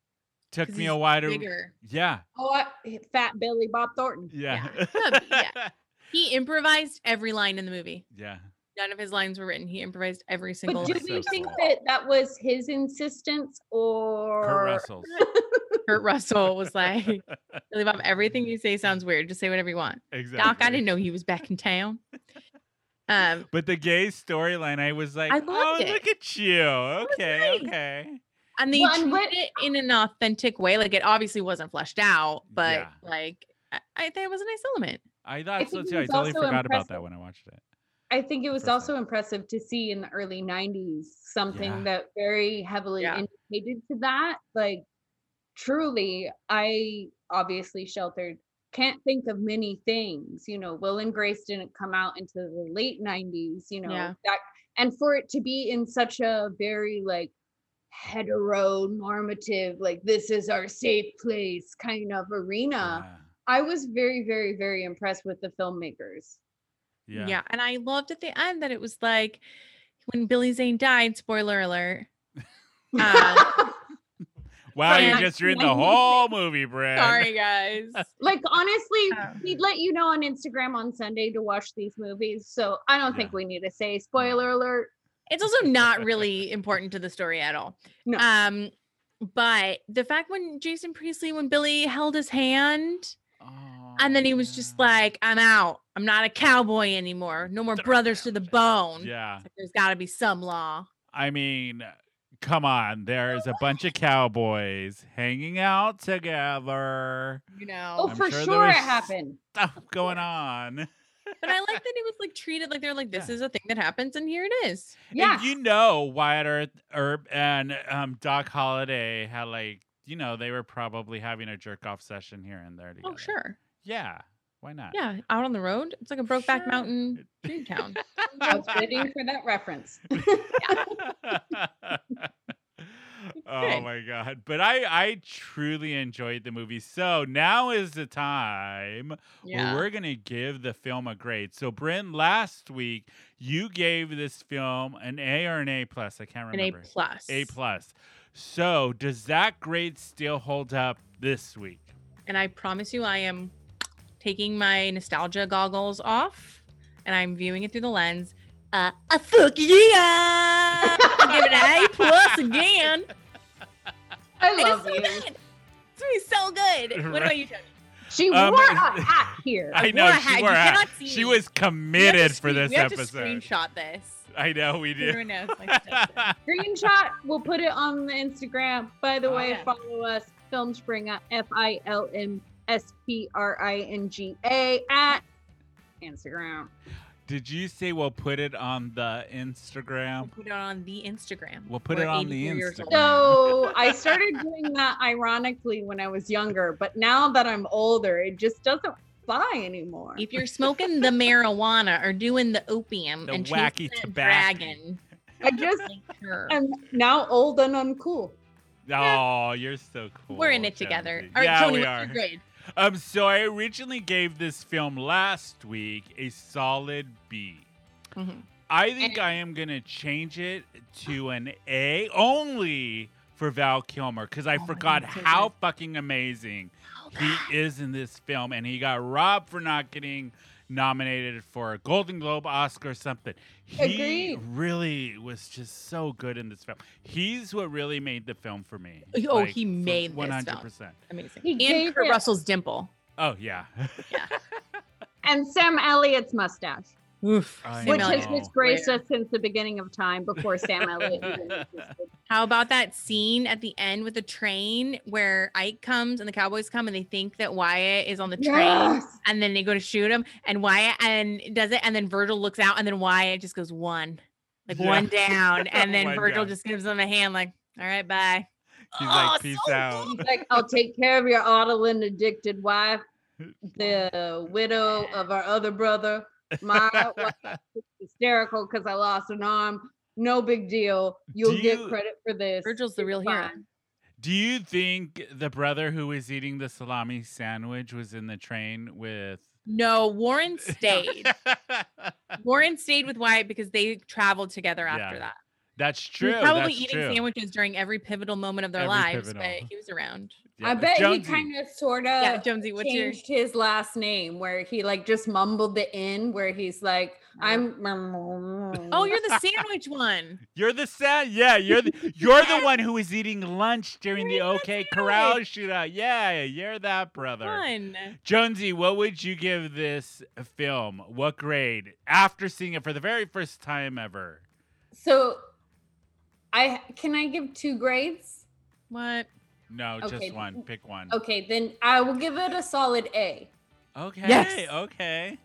Speaker 7: Took
Speaker 4: 'Cause
Speaker 7: me
Speaker 4: he's
Speaker 7: a while to
Speaker 4: Bigger.
Speaker 7: yeah
Speaker 8: Oh, I, fat Billy Bob Thornton.
Speaker 7: yeah
Speaker 4: Yeah. He improvised every line in the movie.
Speaker 7: yeah.
Speaker 4: None of his lines were written. He improvised every single
Speaker 8: But do
Speaker 4: line.
Speaker 7: That's
Speaker 8: you
Speaker 7: so
Speaker 8: think
Speaker 7: cool.
Speaker 8: that that was his insistence
Speaker 7: Kurt
Speaker 8: or
Speaker 7: Russell's.
Speaker 4: Kurt Russell was like, "Billy Bob, everything you say sounds weird. Just say whatever you want."
Speaker 7: Exactly.
Speaker 4: Doc, I didn't know he was back in town. Um,
Speaker 7: But the gay storyline, I was like,
Speaker 4: I loved
Speaker 7: oh,
Speaker 4: it.
Speaker 7: look at you. Okay,
Speaker 4: nice.
Speaker 7: okay.
Speaker 4: and they
Speaker 11: Well, and
Speaker 4: treated
Speaker 11: what-
Speaker 4: it in an authentic way. Like it obviously wasn't fleshed out, but
Speaker 7: Yeah.
Speaker 4: like I, I think it was a nice element.
Speaker 7: I thought so
Speaker 8: think it
Speaker 7: too. I
Speaker 8: was
Speaker 7: totally
Speaker 8: also
Speaker 7: forgot about that
Speaker 8: impressive.
Speaker 7: when I watched it.
Speaker 8: I think it was
Speaker 7: Perfect.
Speaker 8: also impressive to see in the early 90s something
Speaker 7: Yeah.
Speaker 8: that very heavily
Speaker 4: Yeah.
Speaker 8: indicated to that. Like, truly, I obviously sheltered, can't think of many things. You know, Will and Grace didn't come out until the late 90s, you know,
Speaker 4: Yeah.
Speaker 8: that, and for it to be in such a very like heteronormative, like, this is our safe place kind of arena. I was very, very, very impressed with the filmmakers.
Speaker 7: Yeah.
Speaker 4: yeah. And I loved at the end that it was like when Billy Zane died. Spoiler alert. Uh,
Speaker 8: Um,
Speaker 7: Wow,
Speaker 4: Yeah.
Speaker 7: you're just reading the whole movie, Brad.
Speaker 4: sorry, guys.
Speaker 8: Like honestly,
Speaker 4: Yeah.
Speaker 8: we'd let you know on Instagram on Sunday to watch these movies. So I don't think
Speaker 7: Yeah.
Speaker 8: we need to say spoiler alert.
Speaker 4: It's also not really important to the story at all.
Speaker 8: No.
Speaker 4: Um, but the fact when Jason Priestley, when Billy held his hand,
Speaker 7: Oh,
Speaker 4: and then he was just like, "I'm out. I'm not a cowboy anymore. No more brothers to the bone."
Speaker 7: Yeah.
Speaker 4: Like, There's got to be some law.
Speaker 7: I mean, come on. There's a bunch of cowboys hanging out together.
Speaker 4: You know,
Speaker 8: Oh,
Speaker 7: I'm
Speaker 8: for
Speaker 7: sure there
Speaker 8: sure it
Speaker 7: was-
Speaker 8: happened.
Speaker 7: Stuff going on.
Speaker 4: but I like that it was like treated like they're like, "This is a thing that happens, and here it is."
Speaker 8: Yeah.
Speaker 7: And you know, Wyatt Earp, Earp and um, Doc Holliday had like, you know, they were probably having a jerk off session here and there together.
Speaker 4: Oh, sure.
Speaker 7: Yeah. Why not?
Speaker 4: Yeah, out on the road, it's like a Brokeback
Speaker 7: Sure.
Speaker 4: Mountain dream town.
Speaker 8: I was waiting for that reference.
Speaker 7: oh
Speaker 4: Good.
Speaker 7: my god but i i truly enjoyed the movie so now is the time
Speaker 4: Yeah.
Speaker 7: where we're gonna give the film a grade so bryn last week you gave this film an a or an a plus i can't
Speaker 4: an A
Speaker 7: remember
Speaker 4: plus.
Speaker 7: A plus so does that grade still hold up this week
Speaker 4: and I promise you, I am taking my nostalgia goggles off and I'm viewing it through the lens. Uh, a fuck yeah! I give it an A plus again.
Speaker 8: I
Speaker 4: It is
Speaker 8: love
Speaker 4: so
Speaker 8: you.
Speaker 4: good. It's gonna be so good. What about you, Tony?
Speaker 8: She
Speaker 7: Um,
Speaker 8: wore a hat here.
Speaker 7: i
Speaker 4: wore
Speaker 7: know
Speaker 4: a
Speaker 7: she
Speaker 4: hat.
Speaker 7: wore
Speaker 4: Uh, You
Speaker 7: a hat.
Speaker 4: cannot see
Speaker 7: she
Speaker 4: me.
Speaker 7: was
Speaker 4: We have to
Speaker 7: committed for
Speaker 4: screen-
Speaker 7: this
Speaker 4: we have
Speaker 7: episode
Speaker 4: To screenshot this.
Speaker 7: i know we do
Speaker 4: Everyone knows my stuff.
Speaker 8: Screenshot. We'll put it on the Instagram. By the
Speaker 7: Oh,
Speaker 8: way,
Speaker 4: yeah.
Speaker 8: follow us. Film Springa. F I L M S P R I N G A at Instagram.
Speaker 7: Did you say we'll put it on the Instagram?
Speaker 4: Put it on the Instagram.
Speaker 7: We'll put
Speaker 4: We're
Speaker 7: it on the
Speaker 4: 84 years old.
Speaker 7: Instagram.
Speaker 8: So I started doing that ironically when I was younger, but now that I'm older, it just doesn't fly anymore.
Speaker 4: If you're smoking the marijuana or doing the opium
Speaker 7: The
Speaker 4: and
Speaker 7: wacky
Speaker 4: chasing that
Speaker 7: tobacco.
Speaker 4: dragon,
Speaker 8: I just
Speaker 4: make sure.
Speaker 8: am now old and uncool.
Speaker 7: Oh, you're so cool.
Speaker 4: We're in it together.
Speaker 7: Jonesy.
Speaker 4: All right,
Speaker 7: yeah,
Speaker 4: Tony,
Speaker 7: we
Speaker 4: what's
Speaker 7: are.
Speaker 4: your grade?
Speaker 7: Um, so I originally gave this film last week a solid B.
Speaker 4: Mhm.
Speaker 7: I think I am gonna change it to an A only for Val Kilmer because I
Speaker 4: my
Speaker 7: forgot
Speaker 4: God, Oh, so
Speaker 7: how
Speaker 4: good.
Speaker 7: fucking amazing he is in this film, and he got robbed for not getting nominated for a Golden Globe, Oscar, something. He
Speaker 8: Agreed.
Speaker 7: really was just so good in this film. He's what really made the film for me.
Speaker 4: Oh, he
Speaker 7: for
Speaker 4: made this film.
Speaker 7: 100%.
Speaker 4: Amazing.
Speaker 8: He
Speaker 4: and
Speaker 8: gave
Speaker 4: Kurt
Speaker 8: it-
Speaker 4: Russell's dimple.
Speaker 7: Oh yeah,
Speaker 8: And Sam Elliott's mustache,
Speaker 4: Oof.
Speaker 7: I
Speaker 8: which
Speaker 7: know.
Speaker 8: has disgraced us since the beginning of time before Sam Elliott even existed.
Speaker 4: How about that scene at the end with the train where Ike comes and the Cowboys come and they think that Wyatt is on the train
Speaker 8: Yes!
Speaker 4: and then they go to shoot him and Wyatt and does it and then Virgil looks out and then Wyatt just goes one, like
Speaker 7: Yeah.
Speaker 4: one down, and then
Speaker 7: One
Speaker 4: Virgil
Speaker 7: down.
Speaker 4: just gives him a hand like, all right, bye.
Speaker 7: he's
Speaker 4: Oh,
Speaker 7: like peace
Speaker 4: so
Speaker 7: out.
Speaker 8: He's like, I'll take care of your Adeline addicted wife, the widow of our other brother. My wife is hysterical because I lost an arm. No big deal. You'll
Speaker 7: Do
Speaker 8: get
Speaker 7: you-
Speaker 8: credit for this.
Speaker 4: Virgil's the
Speaker 8: It's
Speaker 4: real hero.
Speaker 8: fine.
Speaker 7: Do you think the brother who was eating the salami sandwich was in the train with?
Speaker 4: No, Warren stayed. Warren stayed with Wyatt because they traveled together after
Speaker 7: Yeah.
Speaker 4: that.
Speaker 7: That's true.
Speaker 4: He's probably
Speaker 7: that's
Speaker 4: eating
Speaker 7: true.
Speaker 4: sandwiches during every pivotal moment of their
Speaker 7: Every
Speaker 4: lives,
Speaker 7: pivotal.
Speaker 4: but he was around.
Speaker 7: Yeah, uh,
Speaker 8: I bet
Speaker 7: Jonesy.
Speaker 8: he kind of sort of
Speaker 4: Yeah, Jonesy, what's your
Speaker 8: changed his last name where he like just mumbled the in where he's like, I'm
Speaker 4: Oh, you're the sandwich one.
Speaker 7: You're the sad. Yeah, you're the you're the one who was eating lunch during the OK Corral shootout. Yeah, you're that brother.
Speaker 4: One.
Speaker 7: Jonesy, what would you give this film? What grade after seeing it for the very first time ever?
Speaker 8: so I can I give two grades?
Speaker 4: What?
Speaker 7: No,
Speaker 8: Okay.
Speaker 7: just one. Pick one.
Speaker 8: Okay, then I will give it a solid A.
Speaker 7: Okay.
Speaker 4: Yes.
Speaker 7: Okay.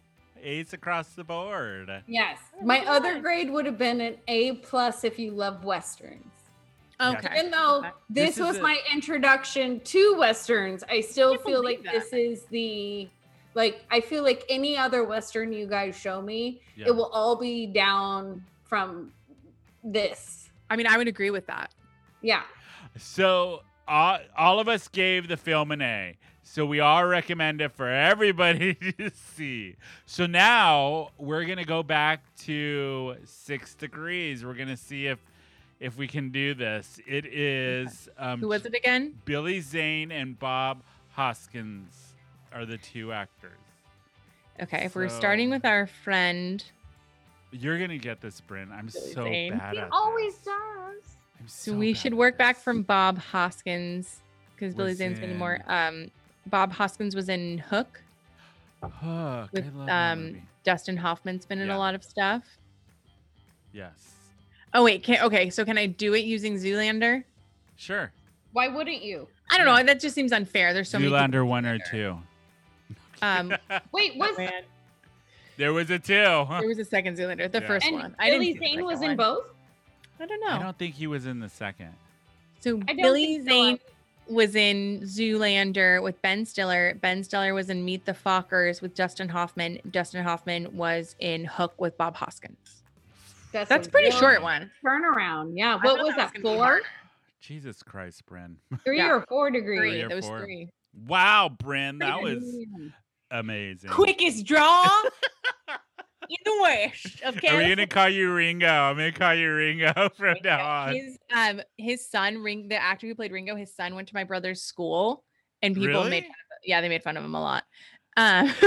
Speaker 7: A's across the board.
Speaker 8: Yes. My other grade would have been an A plus if you love westerns.
Speaker 7: Yeah.
Speaker 4: Okay.
Speaker 8: Even though
Speaker 7: This
Speaker 8: this,
Speaker 7: is
Speaker 8: was
Speaker 7: a-
Speaker 8: my introduction to westerns, I still
Speaker 4: can't
Speaker 8: feel
Speaker 4: believe
Speaker 8: like this is the like I feel like any other western you guys show me,
Speaker 7: Yeah.
Speaker 8: it will all be down from this.
Speaker 4: I mean, I would agree with that.
Speaker 8: Yeah.
Speaker 7: So all, all of us gave the film an A. So we all recommend it for everybody to see. So now we're gonna go back to six degrees. We're gonna see if if we can do this. It is um,
Speaker 4: Who was it again?
Speaker 7: Billy Zane and Bob Hoskins are the two actors.
Speaker 4: Okay, if we're
Speaker 7: So-
Speaker 4: starting with our friend,
Speaker 7: You're gonna get this, Bryn. I'm
Speaker 4: Billy
Speaker 7: so
Speaker 4: Zane.
Speaker 7: bad at
Speaker 8: Always
Speaker 7: this.
Speaker 8: does.
Speaker 7: I'm
Speaker 4: so,
Speaker 7: so
Speaker 4: we
Speaker 7: bad
Speaker 4: should
Speaker 7: at
Speaker 4: work
Speaker 7: this.
Speaker 4: back from Bob Hoskins because Billy
Speaker 7: Was
Speaker 4: Zane's been
Speaker 7: in-
Speaker 4: more. Um, Bob Hoskins was in Hook
Speaker 7: Hook. I
Speaker 4: with
Speaker 7: love that
Speaker 4: um,
Speaker 7: movie.
Speaker 4: Dustin Hoffman's been in
Speaker 7: Yeah.
Speaker 4: a lot of stuff.
Speaker 7: Yes.
Speaker 4: Oh wait, can, okay, so can I do it using Zoolander?
Speaker 7: Sure.
Speaker 5: Why wouldn't you?
Speaker 4: I don't know. That just seems unfair. There's so many.
Speaker 7: Zoolander one or two.
Speaker 4: people- Um,
Speaker 5: Wait, was
Speaker 7: There was a two.
Speaker 4: there was a second Zoolander, the
Speaker 7: Yeah.
Speaker 4: first
Speaker 5: and
Speaker 4: one. I didn't
Speaker 5: Billy
Speaker 4: see the
Speaker 5: Zane
Speaker 4: second
Speaker 5: was in
Speaker 4: one.
Speaker 5: both?
Speaker 4: I don't
Speaker 7: I
Speaker 4: know.
Speaker 7: don't think he was in the second.
Speaker 4: so
Speaker 5: I don't
Speaker 4: Billy
Speaker 5: think so.
Speaker 4: Zane was in Zoolander with Ben Stiller. Ben Stiller was in Meet the Fockers with Dustin Hoffman. Dustin Hoffman was in Hook with Bob Hoskins. That's
Speaker 5: a
Speaker 4: pretty
Speaker 5: real
Speaker 4: short one.
Speaker 5: Turnaround. Yeah.
Speaker 4: I
Speaker 5: What
Speaker 4: thought
Speaker 5: was
Speaker 4: that
Speaker 5: that?
Speaker 4: was gonna be
Speaker 5: four?
Speaker 4: hard.
Speaker 7: Jesus Christ, Bryn.
Speaker 5: Three
Speaker 4: Yeah.
Speaker 5: or four degrees?
Speaker 4: Three.
Speaker 7: or
Speaker 4: That was
Speaker 7: four.
Speaker 4: three.
Speaker 7: Wow, Bryn, that was amazing.
Speaker 4: Quickest draw in the West of
Speaker 7: Are we gonna call you Ringo? I'm gonna call you Ringo from now on.
Speaker 4: Yeah, His um his son Ring the actor who played Ringo, his son went to my brother's school and people
Speaker 7: really?
Speaker 4: made fun of yeah, they made fun of him a lot. Um,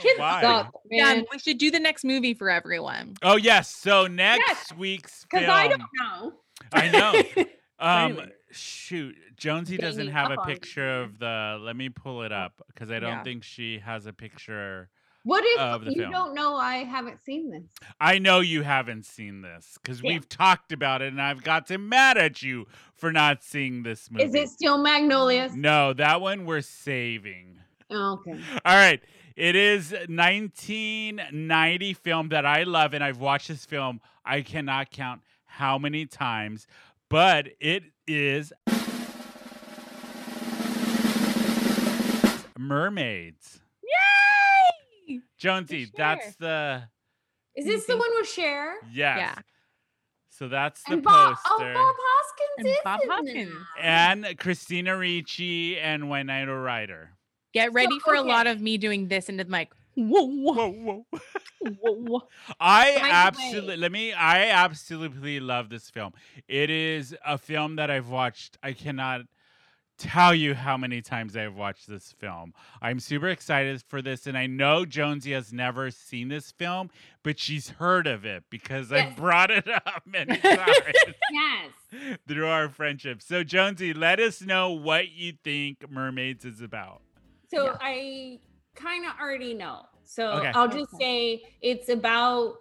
Speaker 7: Why?
Speaker 5: Suck,
Speaker 4: um,
Speaker 5: man.
Speaker 4: we should do the next movie for everyone.
Speaker 7: Oh yes. So next week's film.
Speaker 5: Because I don't know.
Speaker 7: I know. Um,
Speaker 4: Really?
Speaker 7: shoot, Jonesy
Speaker 8: Getting
Speaker 7: doesn't
Speaker 8: it
Speaker 7: have
Speaker 8: up
Speaker 7: a
Speaker 8: on
Speaker 7: picture of the. Let me pull it up because I don't
Speaker 4: Oh, Yeah.
Speaker 7: think she has a picture.
Speaker 5: What
Speaker 7: Of
Speaker 5: if
Speaker 7: the
Speaker 5: you
Speaker 7: film.
Speaker 5: don't know I haven't seen this?
Speaker 7: I know you haven't seen this because
Speaker 5: Yeah.
Speaker 7: we've talked about it, and I've gotten mad at you for not seeing this movie.
Speaker 5: Is it still Magnolias?
Speaker 7: No, that one we're saving.
Speaker 5: Oh, okay.
Speaker 7: All right. It is 1990 film that I love, and I've watched this film. I cannot count how many times, but it is Mermaids.
Speaker 4: Yay!
Speaker 7: Jonesy,
Speaker 4: sure.
Speaker 7: that's the
Speaker 8: Is this the one with Cher?
Speaker 7: yes. So that's the
Speaker 8: And Bob
Speaker 7: poster.
Speaker 8: Oh Bob Hoskins
Speaker 4: And
Speaker 8: is
Speaker 4: Bob
Speaker 8: in
Speaker 4: Hoskins.
Speaker 8: that.
Speaker 7: and Christina Ricci and Winona Ryder.
Speaker 4: Get ready for a lot
Speaker 8: okay.
Speaker 4: of me doing this into the mic. Whoa, whoa,
Speaker 7: Whoa, whoa.
Speaker 4: whoa, whoa.
Speaker 7: I
Speaker 8: By the
Speaker 7: absolutely
Speaker 8: way-
Speaker 7: let me I absolutely love this film. It is a film that I've watched. I cannot tell you how many times I've watched this film. I'm super excited for this and I know Jonesy has never seen this film, but she's heard of it because I
Speaker 8: Yes.
Speaker 7: brought it up many times.
Speaker 8: Yes.
Speaker 7: through our friendship. So Jonesy, let us know what you think Mermaids is about.
Speaker 8: So
Speaker 4: Yeah.
Speaker 8: I kind of already know. So
Speaker 7: Okay.
Speaker 8: I'll just say it's about,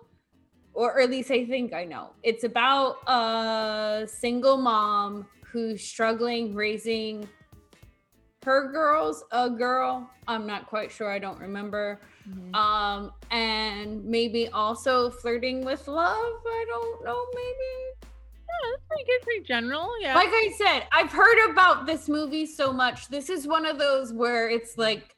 Speaker 8: or at least I think I know. It's about a single mom who's struggling raising her girls, a girl. I'm not quite sure. I don't remember.
Speaker 4: Oh,
Speaker 8: Um, and maybe also flirting with love. I don't know. Maybe
Speaker 4: Yeah, that's pretty good, pretty general. Yeah.
Speaker 8: like I said, I've heard about this movie so much. This is one of those where it's like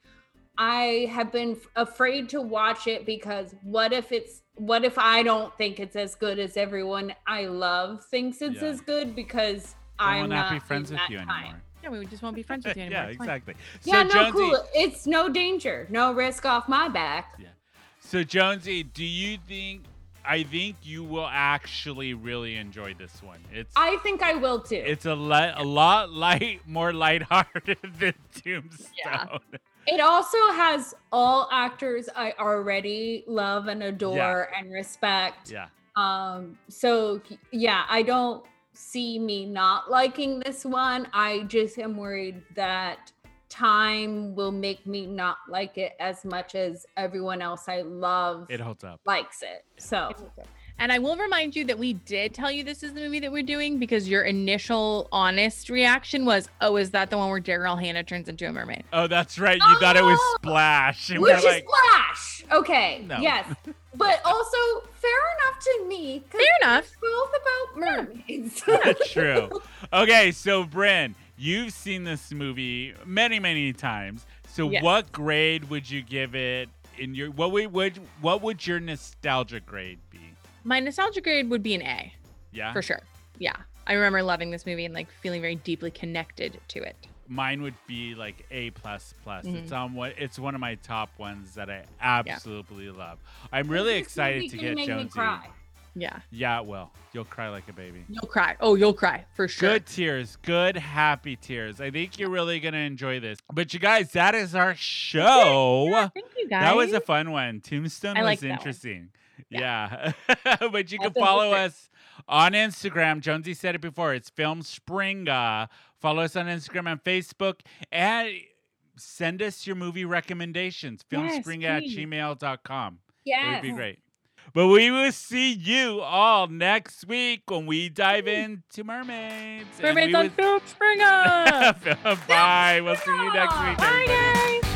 Speaker 8: I have been f- afraid to watch it because what if it's what if I don't think it's as good as everyone I love thinks it's
Speaker 7: Yeah.
Speaker 8: as good because
Speaker 7: I
Speaker 8: I'm
Speaker 7: will
Speaker 8: not,
Speaker 7: not be friends
Speaker 8: in
Speaker 7: with
Speaker 8: that
Speaker 7: you
Speaker 8: time.
Speaker 7: anymore.
Speaker 4: yeah, we just won't be friends with you anymore.
Speaker 7: yeah,
Speaker 4: It's fine.
Speaker 7: exactly.
Speaker 8: Yeah,
Speaker 7: so
Speaker 8: no,
Speaker 7: Jonesy,
Speaker 8: cool. It's no danger, no risk off my back.
Speaker 7: So Jonesy, do you think I think you will actually really enjoy this one. It's
Speaker 8: I think I will too.
Speaker 7: it's a li- a lot light, more lighthearted than Tombstone.
Speaker 8: It also has all actors I already love and adore and respect.
Speaker 7: Yeah.
Speaker 8: Um, so yeah, I don't see me not liking this one. I just am worried that time will make me not like it as much as everyone else I love
Speaker 7: It holds up.
Speaker 8: likes it. So
Speaker 4: And I will remind you that we did tell you this is the movie that we're doing because your initial honest reaction was, "Oh, is that the one where Daryl Hannah turns into a mermaid?"
Speaker 7: Oh, that's right. You thought it was Splash. And
Speaker 8: Oh! which
Speaker 7: we're
Speaker 8: is
Speaker 7: like,
Speaker 8: Flash. Okay.
Speaker 7: No.
Speaker 8: Yes. But also fair enough to me. 'cause
Speaker 4: Fair enough.
Speaker 8: Both about mermaids.
Speaker 7: True. Okay, so Bryn, you've seen this movie many, many times. So
Speaker 4: Yes.
Speaker 7: what grade would you give it in your what would would what would your nostalgia grade be?
Speaker 4: My nostalgia grade would be an A
Speaker 7: Yeah.
Speaker 4: for sure. Yeah, I remember loving this movie and like feeling very deeply connected to it.
Speaker 7: Mine would be like A plus plus.
Speaker 4: Mhm.
Speaker 7: It's on what it's one of my top ones that I absolutely love. I'm really excited to get Jonesy.
Speaker 4: Yeah,
Speaker 7: Yeah, it will. You'll cry like a baby.
Speaker 4: you'll cry. Oh, you'll cry for sure.
Speaker 7: Good tears, good happy tears. I think you're really gonna enjoy this. But you guys, that is our show.
Speaker 4: Yeah, thank you guys.
Speaker 7: That was a fun one. Tombstone
Speaker 4: I like
Speaker 7: was
Speaker 4: that one.
Speaker 7: interesting. Yeah. but you can
Speaker 4: That's a
Speaker 7: follow
Speaker 4: hooker.
Speaker 7: us on Instagram. Jonesy said it before. It's Film Springa. Follow us on Instagram and Facebook and send us your movie recommendations.
Speaker 4: Yes,
Speaker 7: Filmspringa at
Speaker 4: please.
Speaker 7: gmail.com. It would
Speaker 8: Yes.
Speaker 7: be great. But we will see you all next week when we dive into mermaids. and
Speaker 4: Mermaids
Speaker 7: we
Speaker 4: on Film Springer.
Speaker 7: will- Bye. We'll see you next week.
Speaker 4: Bye,
Speaker 7: everybody.
Speaker 4: guys.